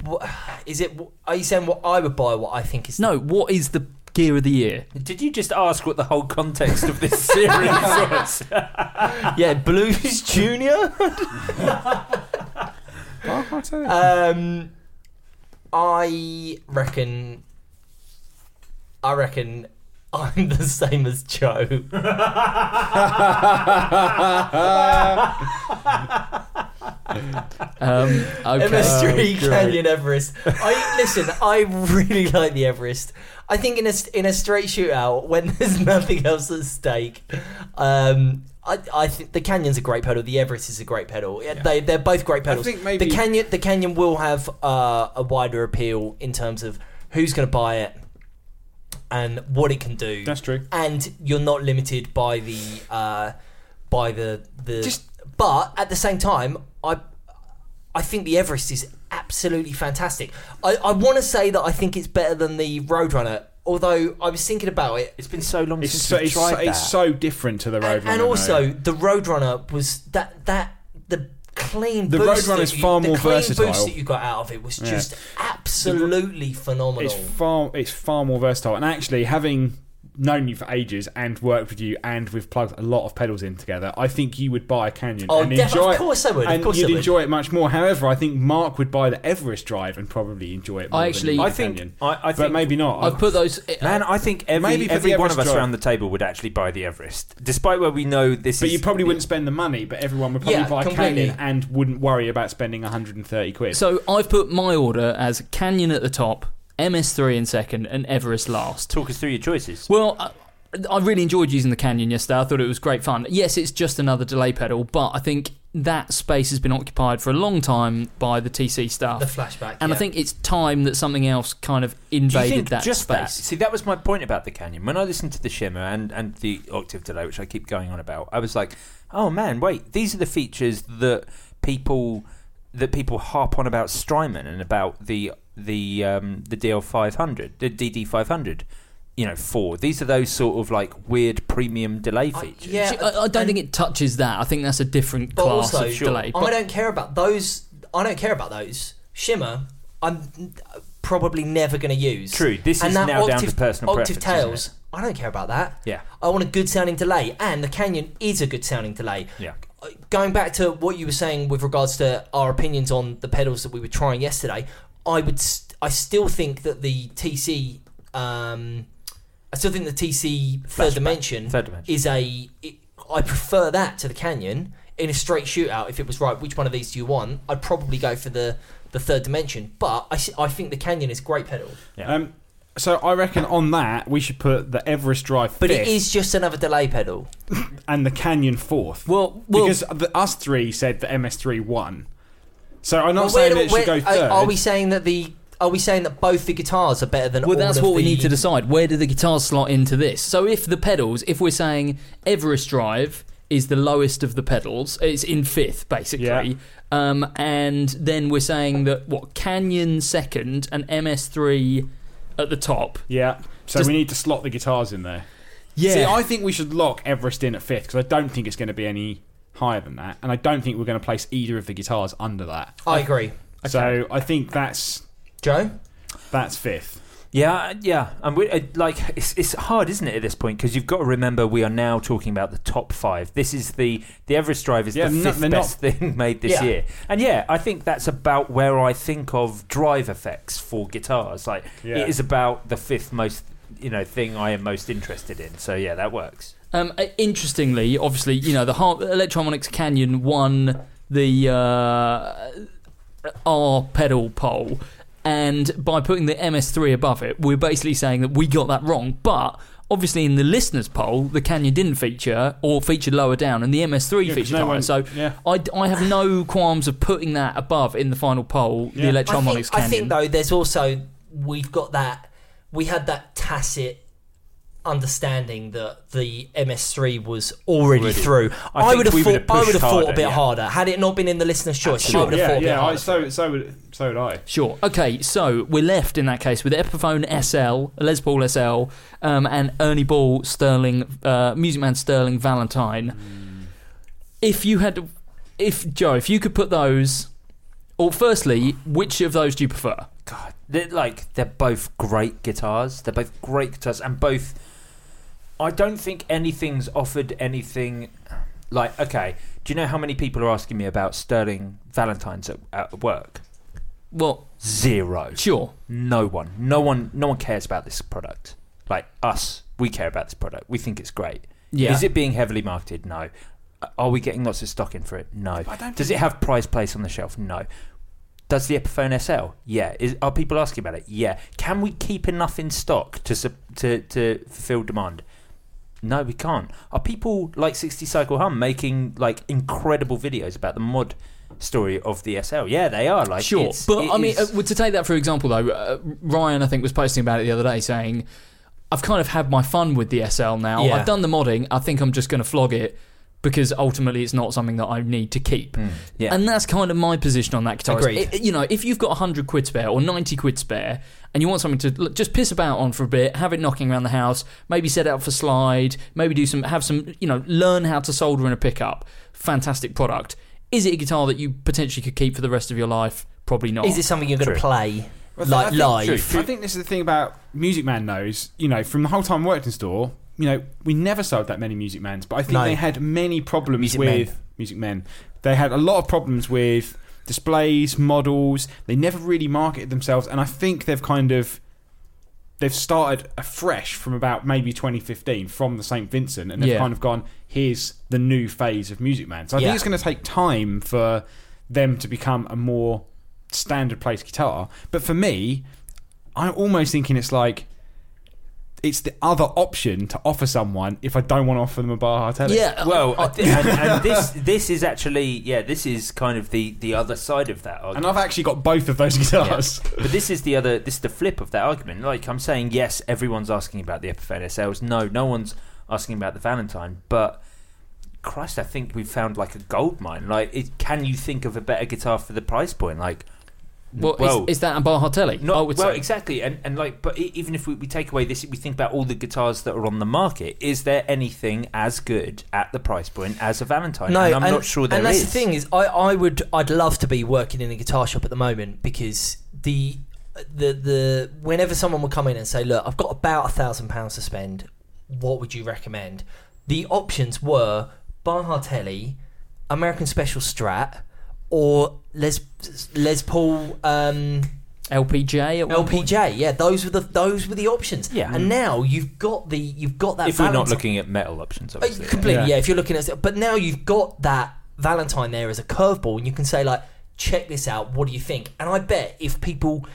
Speaker 4: What is it? Are you saying what I would buy? What I think is
Speaker 3: No, what is the gear of the year?
Speaker 1: Did you just ask what the whole context of this series
Speaker 2: [LAUGHS]
Speaker 1: was?
Speaker 4: yeah, Blues [LAUGHS] Junior.
Speaker 2: I can't say that.
Speaker 1: Uh,
Speaker 4: Um, I reckon. I reckon I'm the same as Joe.
Speaker 3: Um, okay.
Speaker 4: MS3 Canyon Everest. I listen. I really [LAUGHS] like the Everest. I think in a in a straight shootout when [LAUGHS] there's nothing else at stake, um, I I think the Canyon's a great pedal. The Everest is a great pedal. Yeah, They they're both great pedals.
Speaker 2: think maybe-
Speaker 4: the Canyon the Canyon will have uh, a wider appeal in terms of who's going to buy it and what it can do.
Speaker 2: That's true.
Speaker 4: And you're not limited by the uh, by the the.
Speaker 2: Just-
Speaker 4: but at the same time, I I think the Everest is absolutely fantastic. I, I want to say that I think it's better than the Roadrunner, although I was thinking about it.
Speaker 1: It's been so long
Speaker 2: It's
Speaker 1: since
Speaker 2: so,
Speaker 1: we've
Speaker 2: it's, so,
Speaker 1: tried that.
Speaker 2: it's so different to the Roadrunner.
Speaker 4: and, and
Speaker 2: though.
Speaker 4: also the Roadrunner was that that the clean
Speaker 2: The
Speaker 4: boost
Speaker 2: Roadrunner
Speaker 4: that
Speaker 2: is
Speaker 4: you-
Speaker 2: far
Speaker 4: the
Speaker 2: more
Speaker 4: clean boost
Speaker 2: versatile.
Speaker 4: that you got out of it was
Speaker 2: Yeah.
Speaker 4: just absolutely phenomenal
Speaker 2: it's far it's far more versatile. And actually, having known you for ages and worked with you, and we've plugged a lot of pedals in together, I think you would buy a Canyon
Speaker 4: Oh,
Speaker 2: and
Speaker 4: def- of
Speaker 2: enjoy. it-
Speaker 4: course I would, of
Speaker 2: And
Speaker 4: course I
Speaker 2: you'd
Speaker 4: would.
Speaker 2: enjoy it much more. However, I think Mark would buy the Everest Drive and probably enjoy it. More
Speaker 3: I actually-
Speaker 2: than
Speaker 3: I
Speaker 2: the
Speaker 1: think-
Speaker 2: Canyon.
Speaker 1: I- I
Speaker 2: but
Speaker 1: think-
Speaker 2: maybe not.
Speaker 3: I've put those.
Speaker 1: Man, I think every,
Speaker 2: Maybe for
Speaker 1: every
Speaker 2: the
Speaker 1: one
Speaker 2: Everest
Speaker 1: of us
Speaker 2: drive.
Speaker 1: around the table would actually buy the Everest, despite where we know this
Speaker 2: but
Speaker 1: is.
Speaker 2: you probably wouldn't spend the money. But everyone would probably
Speaker 4: Yeah,
Speaker 2: buy a
Speaker 4: completely.
Speaker 2: Canyon and wouldn't worry about spending 130 quid.
Speaker 3: So I've put my order as Canyon at the top, MS3 in second, and Everest last.
Speaker 1: talk us through your choices.
Speaker 3: Well, I, I really enjoyed using the Canyon yesterday. I thought it was great fun. Yes, it's just another delay pedal, but I think that space has been occupied for a long time by the TC stuff.
Speaker 4: the flashback
Speaker 3: and I
Speaker 4: yeah.
Speaker 3: think it's time that something else kind of
Speaker 1: Do you
Speaker 3: invaded
Speaker 1: think
Speaker 3: that
Speaker 1: just
Speaker 3: space.
Speaker 1: that? See, that was my point about the Canyon. When I listened to the Shimmer and, and the Octave Delay, which I keep going on about, I was like, oh man, wait, these are the features that people that people harp on about Strymon and about the the um, the DL five hundred, the DD five hundred, you know, four. These are those sort of like weird premium delay
Speaker 4: I-
Speaker 1: features.
Speaker 4: yeah,
Speaker 3: I, I don't
Speaker 4: and-
Speaker 3: think it touches that. I think that's a different
Speaker 4: but
Speaker 3: class
Speaker 4: also
Speaker 3: of delay.
Speaker 4: I
Speaker 3: But-
Speaker 4: don't care about those I don't care about those shimmer I'm probably never going to use
Speaker 1: True, this is now down to personal
Speaker 4: octave
Speaker 1: preference, isn't
Speaker 4: tails
Speaker 1: it?
Speaker 4: I don't care about that
Speaker 1: Yeah.
Speaker 4: I want a good sounding delay and the Canyon is a good sounding delay
Speaker 1: Yeah.
Speaker 4: going back to what you were saying with regards to our opinions on the pedals that we were trying yesterday, I would st- I still think that the TC um, I still think the TC third
Speaker 1: Flashback.
Speaker 4: dimension,
Speaker 1: Third dimension.
Speaker 4: is a it, I prefer that to the Canyon in a straight shootout. If it was right, which one of these do you want? I'd probably go for the the third dimension, but I, s- I think the Canyon is a great pedal.
Speaker 1: Yeah.
Speaker 2: Um, so I reckon on that we should put the Everest Drive
Speaker 4: But
Speaker 2: fifth
Speaker 4: it is just another delay pedal.
Speaker 2: and the Canyon fourth.
Speaker 3: well, well,
Speaker 2: because the, us three said that MS3 won. So I'm not
Speaker 4: Well, where-
Speaker 2: saying that it should
Speaker 4: where- uh,
Speaker 2: go third.
Speaker 4: Are, are we saying that the are we saying that both the guitars are better than?
Speaker 3: Well,
Speaker 4: all
Speaker 3: that's
Speaker 4: of
Speaker 3: what we
Speaker 4: the-
Speaker 3: need to decide. Where do the guitars slot into this? So, if the pedals, if we're saying Everest Drive is the lowest of the pedals, it's in fifth basically.
Speaker 2: Yeah.
Speaker 3: Um, and then we're saying that what Canyon second and MS3 at the top.
Speaker 2: yeah. So
Speaker 3: Just-
Speaker 2: we need to slot the guitars in there.
Speaker 3: Yeah.
Speaker 2: See, I think we should lock Everest in at fifth because I don't think it's going to be any higher than that, and I don't think we're going to place either of the guitars under that.
Speaker 4: I agree,
Speaker 2: So I think that's
Speaker 4: Joe.
Speaker 2: that's fifth.
Speaker 1: Yeah, yeah, and we uh, like it's it's hard, isn't it, at this point? Because you've got to remember we are now talking about the top five. This is the the Everest Drive is
Speaker 2: Yeah,
Speaker 1: the
Speaker 2: no-
Speaker 1: 5th
Speaker 2: they're not-
Speaker 1: best [LAUGHS] thing made this
Speaker 4: Yeah.
Speaker 1: year, and yeah, I think that's about where I think of drive effects for guitars. Like
Speaker 2: Yeah.
Speaker 1: it is about the fifth most you know thing I am most interested in. So yeah, that works.
Speaker 3: Um, uh, interestingly, obviously, you know, the Har- Electromonics Canyon won the uh, R pedal poll, and by putting the MS3 above it, we're basically saying that we got that wrong. But obviously, in the listeners' poll, the Canyon didn't feature or featured lower down, and the MS3
Speaker 2: Yeah, 'cause
Speaker 3: featured
Speaker 2: no
Speaker 3: higher.
Speaker 2: one-
Speaker 3: so
Speaker 2: yeah.
Speaker 3: I, I have no qualms of putting that above in the final poll,
Speaker 2: Yeah.
Speaker 3: the
Speaker 4: I think-
Speaker 3: Electromonics
Speaker 4: I
Speaker 3: Canyon.
Speaker 4: think though, there's also we've got that we had that tacit understanding that the MS3 was already,
Speaker 1: Already.
Speaker 4: through.
Speaker 1: I
Speaker 4: I,
Speaker 1: think
Speaker 4: would have
Speaker 1: we
Speaker 4: thought
Speaker 1: would've
Speaker 4: I would have
Speaker 1: pushed
Speaker 4: thought a
Speaker 1: harder,
Speaker 4: bit
Speaker 1: yeah.
Speaker 4: harder had it not been in the listener's choice. I would have
Speaker 2: yeah,
Speaker 4: thought a bit
Speaker 2: yeah. I,
Speaker 4: harder.
Speaker 2: so so would so would I.
Speaker 3: Sure. Okay, so we're left in that case with Epiphone SL, Les Paul SL, um, and Ernie Ball, Sterling, uh, Music Man Sterling, Valentine. If you had, to, if Joe, if you could put those, or firstly, which of those do you prefer?
Speaker 1: God, they're like they're both great guitars. They're both great guitars, and both. I don't think anything's offered anything. Like, okay, do you know how many people are asking me about Sterling Valentine's at, at work?
Speaker 3: Well,
Speaker 1: Zero.
Speaker 3: sure.
Speaker 1: No one. No one. No one cares about this product. Like us, we care about this product. We think it's great.
Speaker 3: Yeah.
Speaker 1: Is it being heavily marketed? No. Are we getting lots of stock in for it? No.
Speaker 2: don't
Speaker 1: Does it have price place on the shelf? No. Does the Epiphone SL? Yeah. Is, are people asking about it? Yeah. Can we keep enough in stock to sup- to to fulfill demand? No, we can't. Are people like 60 Cycle Hum making like incredible videos about the mod story of the SL? Yeah, they are. Like,
Speaker 3: sure,
Speaker 1: it's-
Speaker 3: but
Speaker 1: it
Speaker 3: I mean,
Speaker 1: is-
Speaker 3: uh, well, to take that for example, though, uh, Ryan I think was posting about it the other day, saying, "I've kind of had my fun with the SL now.
Speaker 4: Yeah.
Speaker 3: I've done the modding. I think I'm just going to flog it." because ultimately it's not something that I need to keep.
Speaker 1: Mm, yeah.
Speaker 3: And that's kind of my position on that guitar.
Speaker 4: Agreed.
Speaker 3: It- it- you know, if you've got 100 quid spare or 90 quid spare and you want something to look, just piss about on for a bit, have it knocking around the house, maybe set it up for slide, maybe do some, have some, you know, learn how to solder in a pickup, fantastic product. Is it a guitar that you potentially could keep for the rest of your life? Probably not.
Speaker 4: Is it something you're going to play
Speaker 2: I
Speaker 4: like
Speaker 2: think-
Speaker 4: live?
Speaker 2: I think this is the thing about Music Man knows. You know, from the whole time I worked in store, you know, we never sold that many Music Mans, but I think
Speaker 4: No.
Speaker 2: they had many problems
Speaker 1: Music
Speaker 2: with
Speaker 1: Men.
Speaker 2: Music Men. They had a lot of problems with displays, models. They never really marketed themselves, and I think they've kind of they've started afresh from about maybe 2015 from the St Vincent, and they've
Speaker 3: Yeah.
Speaker 2: kind of gone here's the new phase of Music Man. So I
Speaker 4: Yeah.
Speaker 2: think it's going to take time for them to become a more standard place guitar. But for me, I'm almost thinking it's like it's the other option to offer someone if I don't want to offer them a bar Hartelli.
Speaker 3: Yeah.
Speaker 1: Well, I thi- and, and this this is actually yeah, this is kind of the the other side of that
Speaker 2: And
Speaker 1: argument.
Speaker 2: I've actually got both of those [LAUGHS] guitars.
Speaker 1: But this is the other this is the flip of that argument. Like I'm saying, yes, everyone's asking about the Epiphany sales. No, no one's asking about the Valentine. But Christ, I think we've found like a gold mine. Like, it, can you think of a better guitar for the price point? Like,
Speaker 3: Well, is-
Speaker 1: well-
Speaker 3: is, that a Bar Hartelli?
Speaker 1: no,
Speaker 3: I
Speaker 1: well,
Speaker 3: would say.
Speaker 1: exactly, and and like, but e- even if we, we take away this, we think about all the guitars that are on the market. Is there anything as good at the price point as a Valentine? and I'm not sure there
Speaker 4: and that's
Speaker 1: is.
Speaker 4: the thing is, I, I would I'd love to be working in a guitar shop at the moment because the the the whenever someone would come in and say, look, I've got about a thousand pounds to spend, what would you recommend? The options were Bar Hartelli, American Special Strat, or Les Les Paul. Um,
Speaker 3: LPJ. At one point?
Speaker 4: LPJ, yeah, those were the those were the options.
Speaker 1: Yeah.
Speaker 4: and now you've got the you've got that.
Speaker 1: if we're not
Speaker 4: Valentine-
Speaker 1: looking at metal options,
Speaker 4: Uh,
Speaker 1: obviously.
Speaker 4: completely,
Speaker 2: Yeah.
Speaker 4: yeah. If you're looking at, but now you've got that Valentine there as a curveball, and you can say like, check this out. What do you think? And I bet if people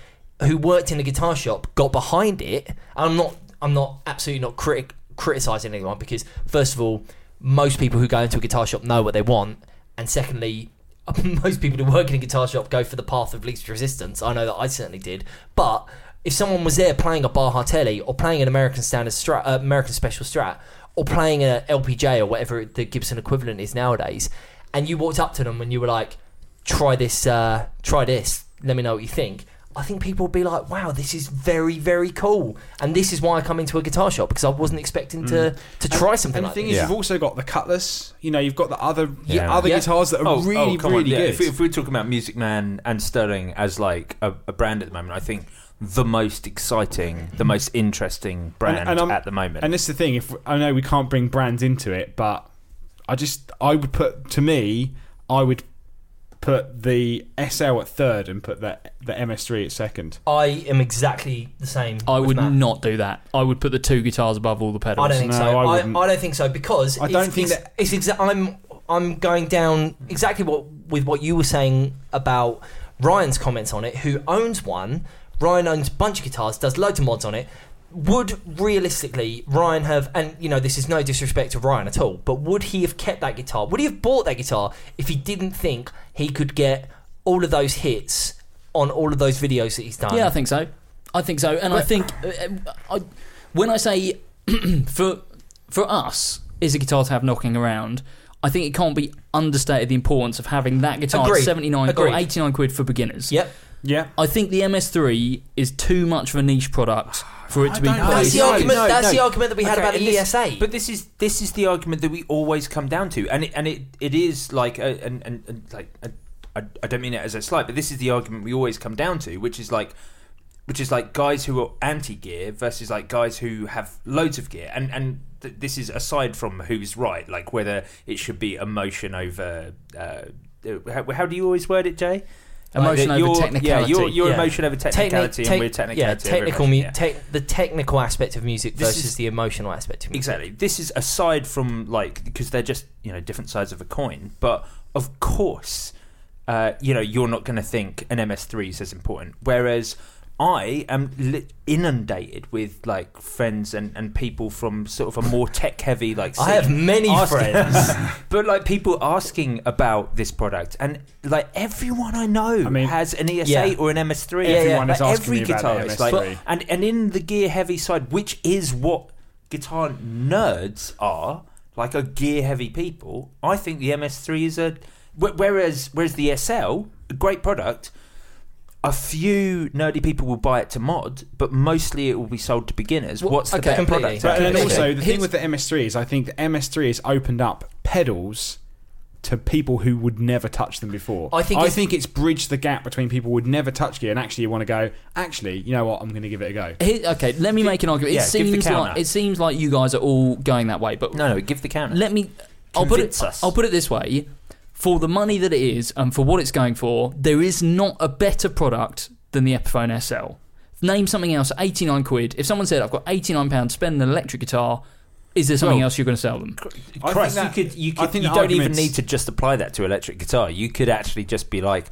Speaker 4: who worked in the guitar shop got behind it, I'm not, I'm not absolutely not critic criticizing anyone because first of all, most people who go into a guitar shop know what they want, and secondly. [LAUGHS] Most people who work in a guitar shop go for the path of least resistance. I know that I certainly did. But if someone was there playing a Bar Hartelli or playing an American standard strat, uh, American special strat, or playing a LPJ or whatever the Gibson equivalent is nowadays, and you walked up to them and you were like, "Try this, uh, try this. Let me know what you think." I think people would be like, "Wow, this is very, very cool," and this is why I come into a guitar shop because I wasn't expecting to to try something
Speaker 2: Mm. And the
Speaker 4: like
Speaker 2: thing
Speaker 4: this.
Speaker 2: is,
Speaker 6: Yeah.
Speaker 2: you've also got the Cutlass. You know, you've got the other
Speaker 1: Yeah.
Speaker 2: the other
Speaker 4: Yeah.
Speaker 2: guitars that are
Speaker 1: Oh,
Speaker 2: really,
Speaker 1: oh, come
Speaker 2: really
Speaker 1: on. Yeah,
Speaker 2: good.
Speaker 1: If, if we're talking about Music Man and Sterling as like a, a brand at the moment, I think the most exciting, the most interesting brand
Speaker 2: and I'm-
Speaker 1: at the moment.
Speaker 2: And it's the thing. If I know we can't bring brands into it, but I just I would put to me I would put the SL at third and put the the MS3 at second.
Speaker 4: I am exactly the same.
Speaker 3: I
Speaker 4: with
Speaker 3: would
Speaker 4: Matt.
Speaker 3: not do that. I would put the two guitars above all the pedals.
Speaker 4: I don't think
Speaker 2: No,
Speaker 4: so.
Speaker 2: I
Speaker 4: I,
Speaker 2: wouldn't.
Speaker 4: I, don't think so because
Speaker 2: I
Speaker 4: it's-
Speaker 2: don't think
Speaker 4: it's,
Speaker 2: that-
Speaker 4: it's exa- I'm I'm going down exactly what with what you were saying about Ryan's comments on it. Who owns one? Ryan owns a bunch of guitars, does loads of mods on it. Would realistically Ryan have? And you know, this is no disrespect to Ryan at all, but would he have kept that guitar? Would he have bought that guitar if he didn't think he could get all of those hits on all of those videos that he's done?
Speaker 3: Yeah, I think so. I think so, and I think uh, I, when I say [CLEARS THROAT] for for us is a guitar to have knocking around, I think it can't be understated the importance of having that guitar
Speaker 4: Agreed.
Speaker 3: at seventy nine or
Speaker 4: Agreed.
Speaker 3: eighty nine quid for beginners.
Speaker 4: Yep.
Speaker 2: Yeah.
Speaker 3: I think the MS3 is too much of a niche product for it to be.
Speaker 2: don't know.
Speaker 3: praised.
Speaker 4: That's the
Speaker 2: No,
Speaker 4: argument.
Speaker 2: no,
Speaker 4: that's
Speaker 2: no.
Speaker 4: the argument that we had
Speaker 1: Okay,
Speaker 4: about E the
Speaker 1: and this-
Speaker 4: ESA.
Speaker 1: But this is this is the argument that we always come down to, and it, and it it is like a, and, and, and like a, I, I don't mean it as a slight, but this is the argument we always come down to, which is like which is like guys who are anti gear versus like guys who have loads of gear, and and th- this is aside from who's right, like whether it should be emotion over. Uh, how, how do you always word it, Jay?
Speaker 3: Emotion
Speaker 1: that
Speaker 3: over
Speaker 1: your- Yeah,
Speaker 3: technicality,
Speaker 1: your, your
Speaker 3: yeah.
Speaker 1: emotion over
Speaker 4: Technic-
Speaker 1: technicality,
Speaker 4: tec-
Speaker 1: and we're technicality.
Speaker 4: Yeah,
Speaker 1: over
Speaker 4: technical
Speaker 1: emotion,
Speaker 4: mu-
Speaker 1: yeah.
Speaker 4: tec- the technical aspect of music
Speaker 1: This
Speaker 4: versus
Speaker 1: is-
Speaker 4: the emotional aspect of music.
Speaker 1: Exactly. This is aside from like because they're just you know different sides of a coin. But of course, uh, you know you're not going to think an MS3 is as important. Whereas I am li- inundated with like friends and, and people from sort of a more tech heavy like.
Speaker 4: I have
Speaker 1: scene
Speaker 4: many
Speaker 1: asking-
Speaker 4: friends. [LAUGHS]
Speaker 1: but like people asking about this product, and like everyone I know
Speaker 2: I mean-
Speaker 1: has an ESA
Speaker 4: Yeah.
Speaker 1: or an MS3.
Speaker 4: Yeah, yeah.
Speaker 1: Like,
Speaker 2: Everyone is asking
Speaker 1: every
Speaker 2: me about the
Speaker 1: guitarist, like,
Speaker 2: MS3.
Speaker 1: and and in the gear heavy side, which is what guitar nerds are. like are gear heavy people, I think the MS3 is a. wh- Whereas whereas the SL, a great product, a few nerdy people will buy it to mod, but mostly it will be sold to beginners.
Speaker 3: Well,
Speaker 1: What's the
Speaker 3: okay.
Speaker 1: best
Speaker 4: Completely.
Speaker 1: product?
Speaker 4: But
Speaker 1: out
Speaker 2: And then
Speaker 1: there?
Speaker 2: also the
Speaker 3: Here's-
Speaker 2: thing with the MS3 is I think the MS3 has opened up pedals to people who would never touch them before.
Speaker 4: I think
Speaker 2: I
Speaker 4: it's-
Speaker 2: think it's bridged the gap between people who would never touch gear and actually you want to go. Actually, you know what? I'm going to give it a go.
Speaker 3: Here- okay, let me make an argument. It
Speaker 1: yeah, give the
Speaker 3: seems like
Speaker 1: counter.
Speaker 3: it seems like you guys are all going that way, but
Speaker 1: no, no, give the counter.
Speaker 3: let me. I'll put it.
Speaker 1: Convince us.
Speaker 3: I'll put it this way: for the money that it is and for what it's going for, there is not a better product than the Epiphone SL. Name something else, at eighty nine quid. If someone said, "I've got eighty nine pounds to spend on an electric guitar," is there something
Speaker 2: Well,
Speaker 3: else you're going to sell them?
Speaker 2: I
Speaker 1: Christ,
Speaker 2: think that-
Speaker 1: you could you,
Speaker 2: I
Speaker 1: could,
Speaker 2: think
Speaker 1: you
Speaker 2: the
Speaker 1: don't even
Speaker 2: argument's-
Speaker 1: need to just apply that to electric guitar. You could actually just be like,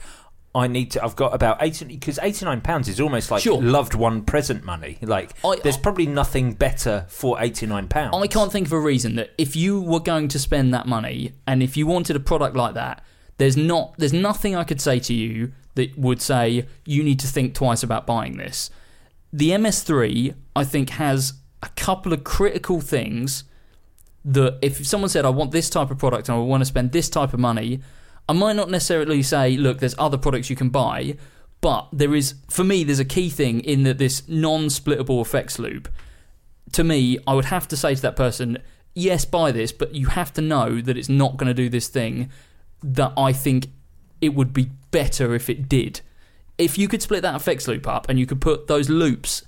Speaker 1: I need to. I've got about eighty because eighty nine pounds is almost like
Speaker 3: Sure.
Speaker 1: loved one present money. Like
Speaker 3: I-
Speaker 1: there's probably nothing better for eighty nine pounds.
Speaker 3: I can't think of a reason that if you were going to spend that money and if you wanted a product like that, there's not there's nothing I could say to you that would say you need to think twice about buying this. The MS3 I think has a couple of critical things that if someone said I want this type of product and I want to spend this type of money, I might not necessarily say, look, there's other products you can buy, but there is for me there's a key thing in that this non-splittable effects loop to me, I would have to say to that person, yes, buy this, but you have to know that it's not going to do this thing that I think it would be better if it did. If you could split that effects loop up and you could put those loops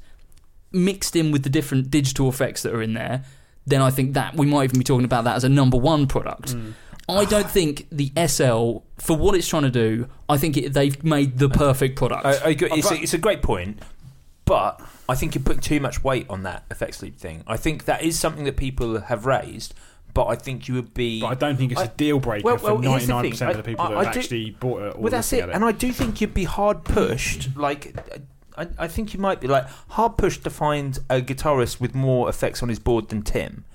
Speaker 3: mixed in with the different digital effects that are in there, then I think that we might even be talking about that as a number one product. I don't think the SL, for what it's trying to do, I think it, they've made the perfect product.
Speaker 1: I, I agree. It's, a, it's a great point, but I think you're putting too much weight on that effects loop thing. I think that is something that people have raised, but I think you would be.
Speaker 2: But I don't think it's
Speaker 1: a
Speaker 2: a deal breaker
Speaker 1: well, well,
Speaker 2: for
Speaker 1: here's
Speaker 2: ninety
Speaker 1: the
Speaker 2: nine percent of
Speaker 1: thing.
Speaker 2: the people
Speaker 1: I-
Speaker 2: that
Speaker 1: I- I
Speaker 2: have
Speaker 1: do-
Speaker 2: actually bought it. Or
Speaker 1: well, that's
Speaker 2: looking
Speaker 1: it.
Speaker 2: at
Speaker 1: And I do think you'd be hard pushed. Like, I, I think you might be like hard pushed to find a guitarist with more effects on his board than Tim,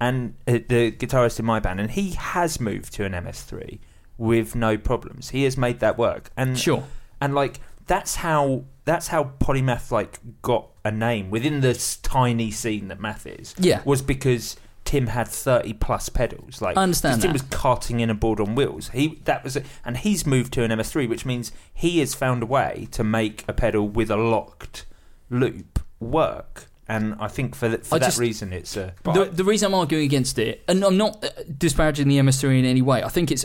Speaker 1: and uh, the guitarist in my band, and he has moved to an MS3 with no problems. He has made that work. And
Speaker 3: Sure.
Speaker 1: and like that's how that's how polymath like got a name within this tiny scene that math is
Speaker 3: Yeah.
Speaker 1: was because tim had 30 plus pedals like
Speaker 3: I understand
Speaker 1: 'cause tim
Speaker 3: that.
Speaker 1: was carting in a board on wheels he that was it and he's moved to an ms3 which means he has found a way to make a pedal with a locked loop work and i think for, th- for
Speaker 3: I
Speaker 1: that
Speaker 3: just-
Speaker 1: reason it's a
Speaker 3: the, the reason I'm arguing against it, and I'm not uh, disparaging the MS3 in any way, I think it's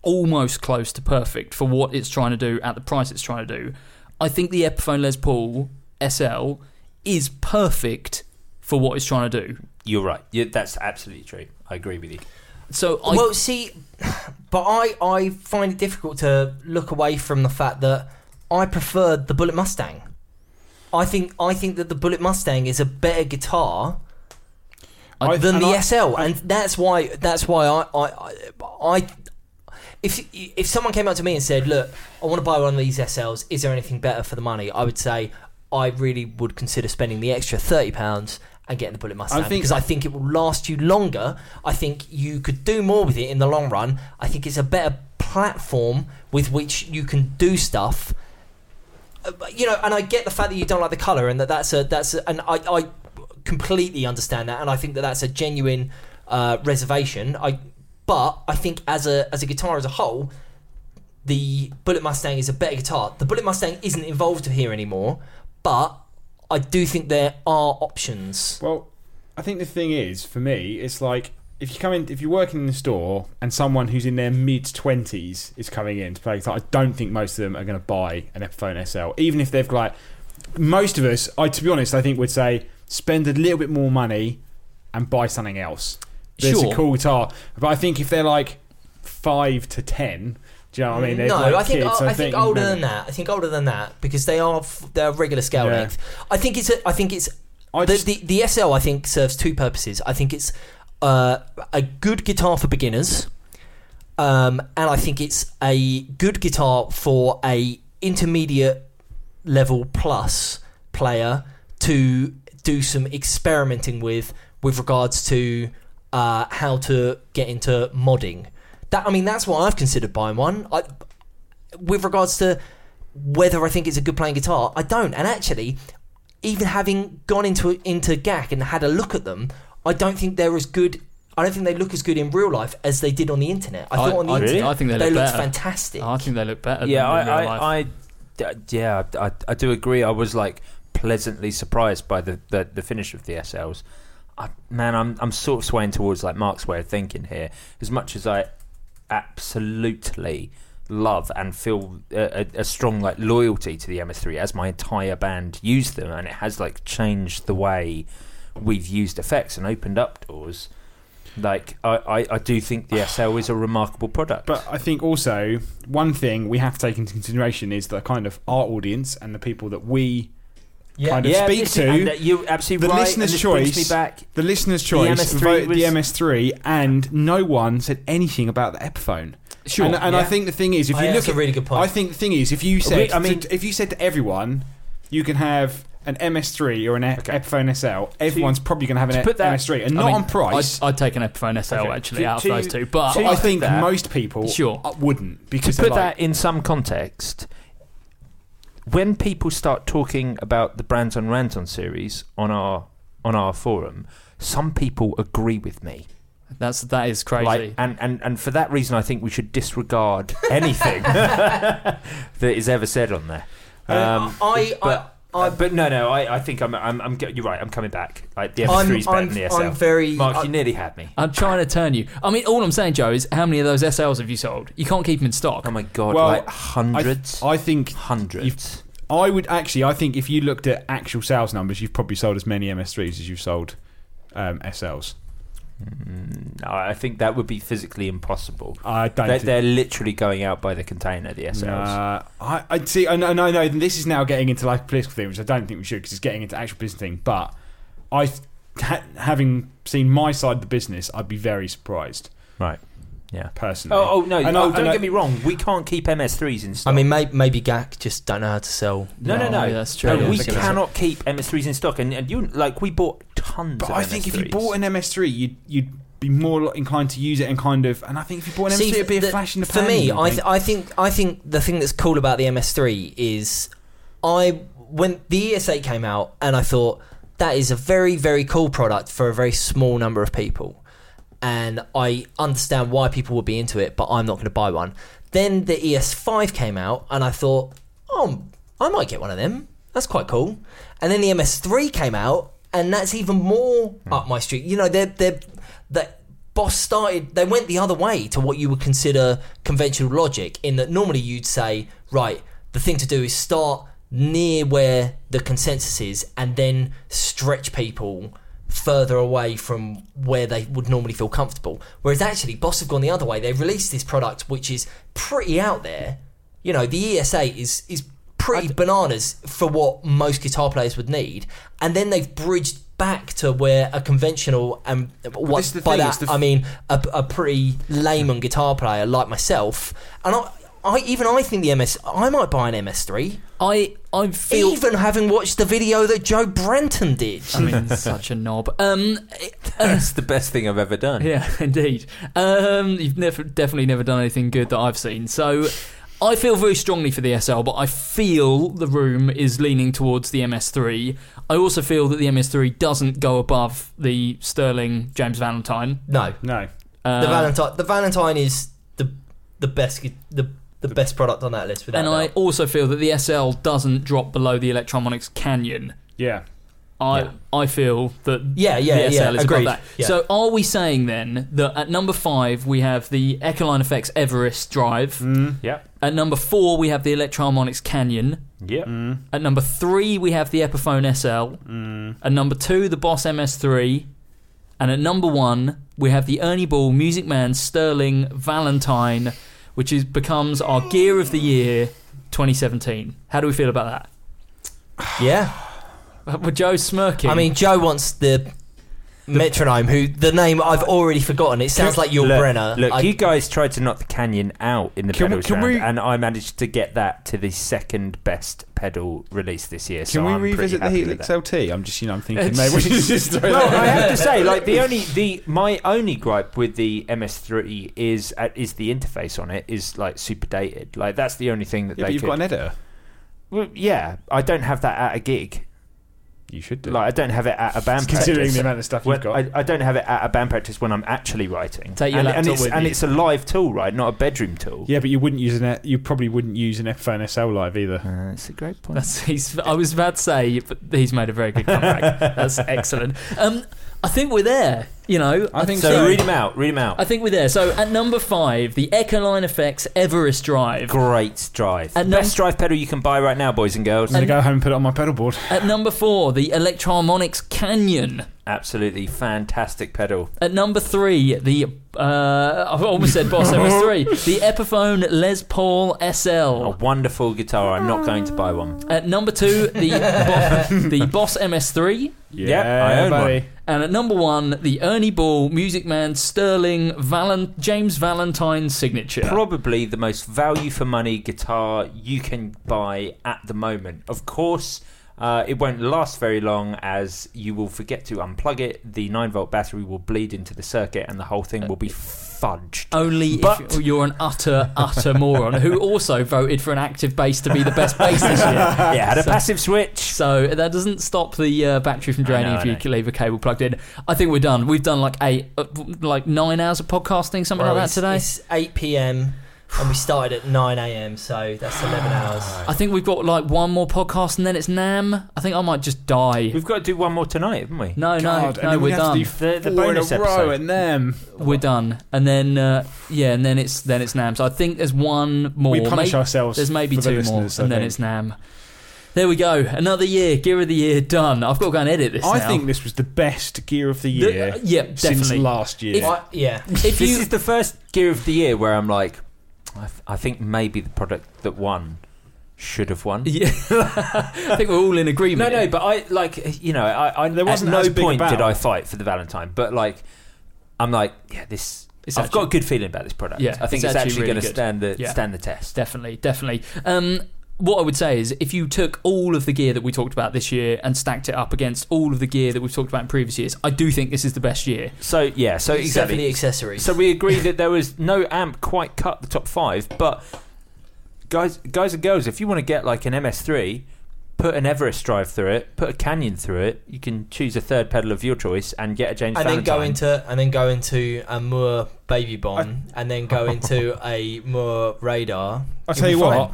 Speaker 3: almost close to perfect for what it's trying to do at the price it's trying to do. I think the Epiphone Les Paul SL is perfect for what it's trying to do.
Speaker 1: you're right you, that's absolutely true i agree with you
Speaker 3: So I,
Speaker 4: well, see, but I I find it difficult to look away from the fact that I preferred the Bullet Mustang. I think I think that the Bullet Mustang is a better guitar
Speaker 2: I-
Speaker 4: than
Speaker 2: and
Speaker 4: the
Speaker 2: I-
Speaker 4: SL, and that's why that's why I I, I, I if if someone came up to me and said, "Look, I want to buy one of these SLs. Is there anything better for the money?" I would say I really would consider spending the extra thirty pounds and getting the Bullet Mustang
Speaker 2: think-
Speaker 4: because I think it will last you longer. I think you could do more with it in the long run. I think it's a better platform with which you can do stuff. Uh, but, You know, and I get the fact that you don't like the color, and that that's a that's a, and I I completely understand that, and I think that that's a genuine uh, reservation. I but I think as a as a guitar as a whole, the Bullet Mustang is a better guitar. The Bullet Mustang isn't involved here anymore, but I do think there are options.
Speaker 2: Well, I think the thing is for me, it's like if you come in, if you're working in the store, and someone who's in their mid twenties is coming in to play guitar, I don't think most of them are going to buy an Epiphone SL, even if they've got. Like, most of us, I to be honest, I think would say spend a little bit more money and buy something else. There's
Speaker 3: Sure.
Speaker 2: a cool guitar, but I think if they're like five to ten, do you know what I mean? They're
Speaker 4: no,
Speaker 2: like
Speaker 4: I think
Speaker 2: kids,
Speaker 4: I, think older
Speaker 2: no,
Speaker 4: than that. I think older than that because they are f- they're regular scale
Speaker 2: Yeah.
Speaker 4: length. I think it's a, I think it's
Speaker 2: I
Speaker 4: the,
Speaker 2: just-
Speaker 4: the the SL. I think serves two purposes. I think it's uh, a good guitar for beginners, um, and I think it's a good guitar for a intermediate level plus player to do some experimenting with with regards to uh, how to get into modding. That I mean, that's why I've considered buying one. I, with regards to whether I think it's a good playing guitar, I don't. And actually, even having gone into into GAC and had a look at them, I don't think they're as good. I don't think they look as good in real life as they did on the internet. I, thought on the
Speaker 3: I,
Speaker 4: internet
Speaker 3: I think they,
Speaker 4: they
Speaker 3: look
Speaker 4: looked
Speaker 3: better.
Speaker 4: fantastic.
Speaker 3: I think they look better.
Speaker 1: yeah,
Speaker 3: than in real life.
Speaker 1: I, I, I, d- yeah, I, I do agree. I was like pleasantly surprised by the, the, the finish of the SLs. I, man, I'm I'm sort of swaying towards like Mark's way of thinking here. As much as I absolutely love and feel a, a, a strong like loyalty to the MS3 as my entire band used them, and it has like changed the way we've used effects and opened up doors. Like I, I, I do think the SL is a remarkable product.
Speaker 2: But I think also one thing we have to take into consideration is the kind of our audience and the people that we
Speaker 4: Yeah.
Speaker 2: kind of
Speaker 1: yeah,
Speaker 2: speak
Speaker 1: this-
Speaker 2: to.
Speaker 1: and that you're absolutely
Speaker 2: the
Speaker 1: right.
Speaker 2: listener's
Speaker 1: and this
Speaker 2: choice.
Speaker 1: brings me back.
Speaker 2: The listener's choice
Speaker 1: MS3
Speaker 2: voted the
Speaker 1: was-
Speaker 2: MS3, and no one said anything about the Epiphone.
Speaker 3: Sure.
Speaker 2: And, and I
Speaker 4: Yeah.
Speaker 2: think the thing is, if
Speaker 4: Oh,
Speaker 2: you
Speaker 4: yeah,
Speaker 2: look
Speaker 4: that's a
Speaker 2: at,
Speaker 4: really good point.
Speaker 2: I think the thing is, if you said,
Speaker 1: I mean-
Speaker 2: to, if you said to everyone, you can have an MS3 or an E- Epiphone SL, everyone's probably going to have an
Speaker 1: to
Speaker 2: E-
Speaker 1: put that-
Speaker 2: MS3 and
Speaker 3: I
Speaker 2: not
Speaker 3: mean,
Speaker 2: on price.
Speaker 3: I'd, I'd take an Epiphone SL actually
Speaker 1: To-
Speaker 3: out of
Speaker 1: to-
Speaker 3: those two, but
Speaker 2: but
Speaker 1: to-
Speaker 2: I think
Speaker 1: that-
Speaker 2: most people
Speaker 3: Sure.
Speaker 2: uh, wouldn't
Speaker 1: To
Speaker 2: because
Speaker 1: put
Speaker 2: they're like,
Speaker 1: that in some context, when people start talking about the Brands on Rant on series on our on our forum, some people agree with me.
Speaker 3: that's that is crazy.
Speaker 1: Like, and, and and for that reason, I think we should [LAUGHS] disregard anything that is ever said on there. Um,
Speaker 4: I, I,
Speaker 1: but, uh, but no, no, I, I think I'm, I'm, I'm. go- You're right. I'm coming back. Like the
Speaker 4: I'm-
Speaker 1: M3's better
Speaker 4: I'm-
Speaker 1: than the SL.
Speaker 4: I'm very-
Speaker 1: Mark,
Speaker 4: I-
Speaker 1: you nearly had me.
Speaker 3: I'm trying to turn you. I mean, all I'm saying, Joe, is how many of those SLs have you sold? You can't keep them in stock.
Speaker 1: Oh my god!
Speaker 2: well,
Speaker 1: like
Speaker 2: I,
Speaker 1: hundreds,
Speaker 2: I think
Speaker 1: 100s
Speaker 2: you've- I would actually. I think if you looked at actual sales numbers, you've probably sold as many MS3s as you've sold um, SLs.
Speaker 1: No, I think that would be physically impossible.
Speaker 2: I don't.
Speaker 1: They're,
Speaker 2: thi-
Speaker 1: they're literally going out by the container, the SLs.
Speaker 2: Uh, I, I see, and, and I know this is now getting into like a political thing, which I don't think we should because it's getting into actual business thing. But I, th- ha- having seen my side of the business, I'd be very surprised
Speaker 1: Right. Yeah.
Speaker 2: personally.
Speaker 1: Oh, oh no!
Speaker 2: And I-
Speaker 1: oh,
Speaker 2: and
Speaker 1: don't
Speaker 2: I-
Speaker 1: get me wrong. We can't keep MS3s in stock.
Speaker 4: I mean, may, maybe Gak just don't know how to sell.
Speaker 1: no, no, no.
Speaker 3: No, that's true,
Speaker 1: No,
Speaker 3: yeah.
Speaker 1: we
Speaker 3: That's true.
Speaker 1: cannot keep MS3s in stock, and, and you like we bought tons.
Speaker 2: But
Speaker 1: of
Speaker 2: I think if you
Speaker 1: MS3s.
Speaker 2: bought an MS3, you'd you'd be more li- inclined to use it and kind of. And I think if you bought an
Speaker 4: See,
Speaker 2: MS3, it'd be a
Speaker 4: the-
Speaker 2: flash in the
Speaker 4: for
Speaker 2: pan.
Speaker 4: me,
Speaker 2: I
Speaker 4: I,
Speaker 2: think.
Speaker 4: th- I think I think the thing that's cool about the MS3 is I when the ES8 came out and I thought that is a very very cool product for a very small number of people, and I understand why people would be into it, but I'm not going to buy one. Then the ES5 came out and I thought, oh, I might get one of them. That's quite cool. And then the MS3 came out and that's even more up my street. You know, they're they're that Boss started, they went the other way to what you would consider conventional logic, in that normally you'd say, right, the thing to do is start near where the consensus is and then stretch people further away from where they would normally feel comfortable. Whereas actually, Boss have gone the other way. They've released this product which is pretty out there. You know, the ES8 is, is pretty bananas for what most guitar players would need. And then they've bridged back to where a conventional and what
Speaker 2: this is the
Speaker 4: by
Speaker 2: thing, it's
Speaker 4: that
Speaker 2: the f-
Speaker 4: I mean a, a pretty layman guitar player like myself, and I, I even I think the MS I might buy an MS3.
Speaker 3: I I feel Uh,
Speaker 4: even having watched the video that Joe Brenton did.
Speaker 3: I mean, such a knob.
Speaker 1: [LAUGHS]
Speaker 3: Um,
Speaker 1: that's the best thing I've ever done.
Speaker 3: Yeah, indeed. Um, you've never, definitely never done anything good that I've seen. So I feel very strongly for the SL, but I feel the room is leaning towards the MS3. I also feel that the MS3 doesn't go above the Sterling James Valentine.
Speaker 4: No,
Speaker 2: no,
Speaker 3: Uh,
Speaker 4: the Valentine the Valentine is the the best gu- the the best product on that list without
Speaker 3: Um, and
Speaker 4: a
Speaker 3: I
Speaker 4: doubt.
Speaker 3: also feel that the SL doesn't drop below the Electromonics Canyon.
Speaker 2: yeah.
Speaker 3: I
Speaker 1: Yeah.
Speaker 3: I feel that
Speaker 4: Yeah, yeah,
Speaker 3: the SL
Speaker 4: yeah,
Speaker 3: is
Speaker 4: agreed.
Speaker 3: above that.
Speaker 4: Yeah.
Speaker 3: So are we saying then that at number five we have the Ecoline Effects Everest Drive?
Speaker 4: Mm-hmm.
Speaker 1: Yeah.
Speaker 3: At number four, we have the Electroharmonics Canyon.
Speaker 1: Yeah.
Speaker 2: Mm.
Speaker 3: At number three, we have the Epiphone SL. At number two, the Boss MS3. And at number one, we have the Ernie Ball Music Man Sterling Valentine, which is becomes our gear of the year 2017. How do we feel about
Speaker 4: yeah.
Speaker 3: that? [LAUGHS] Well, Joe's smirking.
Speaker 4: I mean, Joe wants the. Metronome, who the name I've already forgotten. It sounds like your
Speaker 1: look,
Speaker 4: Brenner.
Speaker 1: Look,
Speaker 4: I-
Speaker 1: you guys tried to knock the canyon out in the
Speaker 2: Can we-
Speaker 1: pedals
Speaker 2: can
Speaker 1: round,
Speaker 2: we-
Speaker 1: and I managed to get that to the second best pedal release this year. so
Speaker 2: Can we
Speaker 1: I'm pretty
Speaker 2: revisit the
Speaker 1: happy with
Speaker 2: Helix
Speaker 1: that.
Speaker 2: LT? I'm just, you know, I'm [LAUGHS] thinking maybe we should just throw
Speaker 1: well,
Speaker 2: that
Speaker 1: I
Speaker 2: in.
Speaker 1: have
Speaker 2: [LAUGHS]
Speaker 1: to say, like the only the my only gripe with the MS3 is uh, is the interface on it is like super dated. Like that's the only thing that
Speaker 2: Yeah,
Speaker 1: they
Speaker 2: but you've
Speaker 1: could.
Speaker 2: got an editor.
Speaker 1: well, yeah, I don't have that at a gig.
Speaker 2: You should do.
Speaker 1: Like I don't have it at a band
Speaker 2: Considering
Speaker 1: practice.
Speaker 2: the amount of stuff
Speaker 1: When-
Speaker 2: you've got.
Speaker 1: I, I don't have it at a band practice when I'm actually writing.
Speaker 3: Take your
Speaker 1: and,
Speaker 3: laptop
Speaker 1: and it's,
Speaker 3: with
Speaker 1: and
Speaker 3: you.
Speaker 1: it's a live tool, right? Not a bedroom tool.
Speaker 2: yeah, but you wouldn't use an. e, You probably wouldn't use an Epiphone SL Live either.
Speaker 1: Uh, it's a great point.
Speaker 3: That's, he's, I was about to say, but he's made a very good comeback.
Speaker 2: [LAUGHS]
Speaker 3: That's excellent. Um, I think we're there. You know,
Speaker 2: I think
Speaker 1: so,
Speaker 2: so.
Speaker 1: read them out. Read them out.
Speaker 3: I think we're there. So at number five, the Echoline Effects Everest Drive.
Speaker 1: Great drive.
Speaker 3: And
Speaker 1: Best
Speaker 3: num-
Speaker 1: drive pedal you can buy right now, boys and girls.
Speaker 2: I'm gonna go home and put it on my pedal board.
Speaker 3: At number four, the Electroharmonics Canyon.
Speaker 1: Absolutely fantastic pedal.
Speaker 3: At number three, the uh, I've almost said Boss
Speaker 2: [LAUGHS]
Speaker 3: Everest three, the Epiphone Les Paul SL.
Speaker 1: A
Speaker 2: Oh.
Speaker 1: wonderful guitar. I'm not going to buy one.
Speaker 3: At number two, the Bo- the Boss MS3,
Speaker 1: Yeah, I own
Speaker 2: buddy.
Speaker 1: one.
Speaker 3: and at number one, the Ernie Ball Music Man Sterling Valen- James Valentine signature.
Speaker 1: Probably the most value for money guitar you can buy at the moment. Of course, uh, it won't last very long as you will forget to unplug it. The 9 volt battery will bleed into the circuit and the whole thing will be
Speaker 3: [LAUGHS]
Speaker 1: fudged.
Speaker 3: only
Speaker 1: But-
Speaker 3: if you're an utter, utter moron who also voted for an active bass to be the best bass this
Speaker 2: [LAUGHS]
Speaker 3: year.
Speaker 1: Yeah, it had a passive switch.
Speaker 3: So that doesn't stop the uh, battery from draining
Speaker 1: know,
Speaker 3: if
Speaker 1: I
Speaker 3: you
Speaker 1: know.
Speaker 3: leave a cable plugged in. I think we're done. We've done like eight, uh, like nine hours of podcasting, something
Speaker 4: Well,
Speaker 3: like
Speaker 4: it's-
Speaker 3: that today.
Speaker 4: It's 8 p.m. and we started at 9 a.m. So that's 11 hours.
Speaker 3: I think we've got like one more podcast and then it's Nam. I think I might just die.
Speaker 1: We've got to do one more tonight, haven't we?
Speaker 3: no,
Speaker 2: God,
Speaker 3: no,
Speaker 2: and
Speaker 3: no,
Speaker 2: then
Speaker 3: we're
Speaker 2: we have to
Speaker 3: done.
Speaker 2: do
Speaker 1: The, the
Speaker 2: four in
Speaker 1: bonus
Speaker 2: a row
Speaker 1: episode.
Speaker 2: and them.
Speaker 3: we're done, and then uh, yeah, and then it's then it's Nam. So I think there's one more.
Speaker 2: we punish
Speaker 3: May-
Speaker 2: ourselves.
Speaker 3: There's maybe
Speaker 2: for the
Speaker 3: two more, and
Speaker 2: listeners, I
Speaker 3: then
Speaker 2: think.
Speaker 3: it's Nam. There we go. Another year, gear of the year done. I've got to go and edit this.
Speaker 2: I
Speaker 3: now.
Speaker 2: think this was the best gear of the
Speaker 3: The-
Speaker 2: year
Speaker 3: uh, yeah,
Speaker 2: since
Speaker 3: definitely.
Speaker 2: last year.
Speaker 3: If-
Speaker 4: I, yeah.
Speaker 3: if
Speaker 1: this
Speaker 2: [LAUGHS]
Speaker 3: you
Speaker 1: is the first gear of the year where I'm like, I, th- I think maybe the product that won should have won.
Speaker 3: [LAUGHS] Yeah, I think we're all in
Speaker 1: No,
Speaker 3: agreement.
Speaker 1: no, but I like you know, I, I
Speaker 2: There wasn't
Speaker 1: at
Speaker 2: as
Speaker 1: no
Speaker 2: big a
Speaker 1: point did
Speaker 2: battle.
Speaker 1: I fight for the Valentine, but like I'm like, yeah, this.
Speaker 3: It's
Speaker 1: I've
Speaker 3: actually-
Speaker 1: got a good feeling about this product.
Speaker 3: Yeah,
Speaker 1: I think it's,
Speaker 3: it's actually
Speaker 1: actually,
Speaker 3: really
Speaker 1: going to
Speaker 3: good.
Speaker 1: stand the
Speaker 3: Yeah.
Speaker 1: stand the test.
Speaker 3: definitely, definitely. Um, what I would say is, if you took all of the gear that we talked about this year and stacked it up against all of the gear that we've talked about in previous years, I do think this is the best year.
Speaker 1: So yeah, so
Speaker 4: Except for the
Speaker 1: exactly.
Speaker 4: accessories.
Speaker 1: [LAUGHS] So we agree that there was no amp quite cut the top five, but guys, guys and girls, if you want to get like an MS3, put an Everest drive through it, put a Canyon through it. You can choose a third pedal of your choice and get a James.
Speaker 4: and then
Speaker 1: Valentine.
Speaker 4: go into and then go into a Moore baby bomb, and then go into a Moore radar. You'll
Speaker 2: I'll tell
Speaker 4: be
Speaker 2: you
Speaker 4: fine.
Speaker 2: what.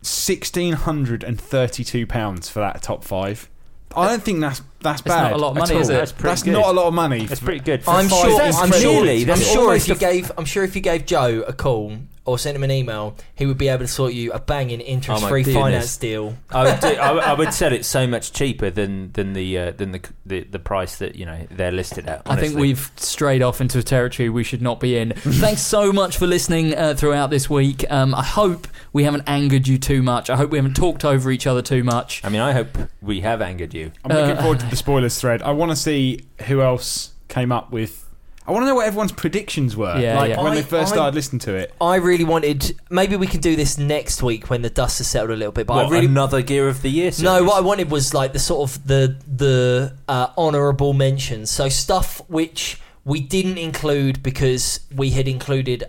Speaker 2: Sixteen hundred and thirty-two pounds for that top five. I don't think that's that's
Speaker 3: It's not
Speaker 2: bad.
Speaker 3: a lot of
Speaker 2: at
Speaker 3: money, is
Speaker 2: all.
Speaker 3: it?
Speaker 1: That's pretty
Speaker 2: That's
Speaker 1: good.
Speaker 2: not a lot of money.
Speaker 1: That's pretty good.
Speaker 4: I'm
Speaker 1: Five
Speaker 4: sure.
Speaker 1: is
Speaker 4: I'm sure,
Speaker 1: nearly-
Speaker 4: I'm
Speaker 1: that's
Speaker 4: sure
Speaker 1: almost
Speaker 4: if you
Speaker 1: a-
Speaker 4: gave. I'm sure if you gave Joe a call or sent him an email, he would be able to sort you a banging interest-free
Speaker 1: goodness.
Speaker 4: finance deal.
Speaker 1: I would, do, I, would- I would sell it so much cheaper than than the uh, than the, the the price that you know they're listed at.
Speaker 3: I think
Speaker 1: honestly.
Speaker 3: we've strayed off into a territory we should not be
Speaker 1: [LAUGHS]
Speaker 3: in. Thanks so much for listening uh, throughout this week. Um, I hope we haven't angered you too much. I hope we haven't talked over each other too much.
Speaker 1: I mean, I hope we have angered you.
Speaker 2: I'm looking
Speaker 3: [LAUGHS]
Speaker 2: forward to the spoilers thread. I want to see who else came up with. I want to know what everyone's predictions were.
Speaker 3: Yeah,
Speaker 2: like
Speaker 3: yeah.
Speaker 2: when
Speaker 4: I-
Speaker 2: they first
Speaker 4: I-
Speaker 2: started listening to it.
Speaker 4: I really wanted. Maybe we can do this next week when the dust has settled a little bit. But I
Speaker 1: What,
Speaker 4: really
Speaker 1: another gear of the year.
Speaker 4: No,
Speaker 1: series?
Speaker 4: what I wanted was like the sort of the the uh, honourable mentions. So stuff which we didn't include because we had included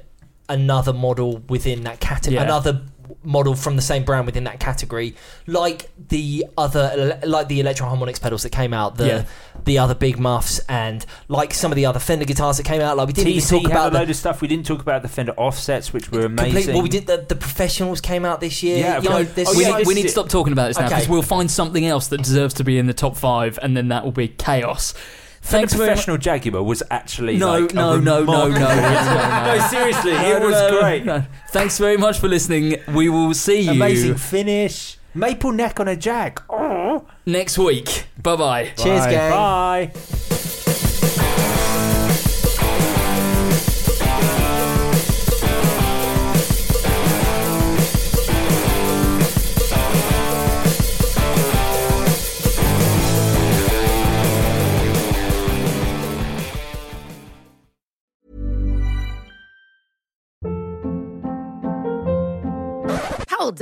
Speaker 4: another model within that category,
Speaker 3: Yeah.
Speaker 4: another model from the same brand within that category, like the other, like the Electro Harmonics pedals that came out, the
Speaker 3: Yeah.
Speaker 4: the other Big Muffs, and like some of the other Fender guitars that came out. Like we didn't
Speaker 1: TC
Speaker 4: even talk
Speaker 1: had
Speaker 4: about
Speaker 1: a
Speaker 4: the
Speaker 1: load of stuff. We didn't talk about the Fender offsets, which were amazing.
Speaker 4: complete. Well, we did the, the professionals came out this year.
Speaker 1: Yeah,
Speaker 4: you know,
Speaker 1: right.
Speaker 4: there's
Speaker 1: Oh,
Speaker 3: we,
Speaker 1: yeah,
Speaker 4: so-
Speaker 3: need, we need to
Speaker 1: is-
Speaker 3: stop talking about this now
Speaker 4: Okay.
Speaker 3: because we'll find something else that deserves to be in the top five, and then that will be chaos.
Speaker 1: Fender
Speaker 3: Thanks very much.
Speaker 1: professional Jaguar was actually
Speaker 3: No,
Speaker 1: like, a
Speaker 3: no, no, no, no,
Speaker 1: remarkable-
Speaker 3: no,
Speaker 1: [LAUGHS] no, seriously, it was
Speaker 3: No, no,
Speaker 1: great.
Speaker 3: no. Thanks very much for listening. We will see you
Speaker 1: Amazing finish. Maple neck on a Jag. Oh.
Speaker 3: next week. Bye bye.
Speaker 4: Cheers,
Speaker 2: Bye.
Speaker 4: gang.
Speaker 1: Bye.
Speaker 8: Hold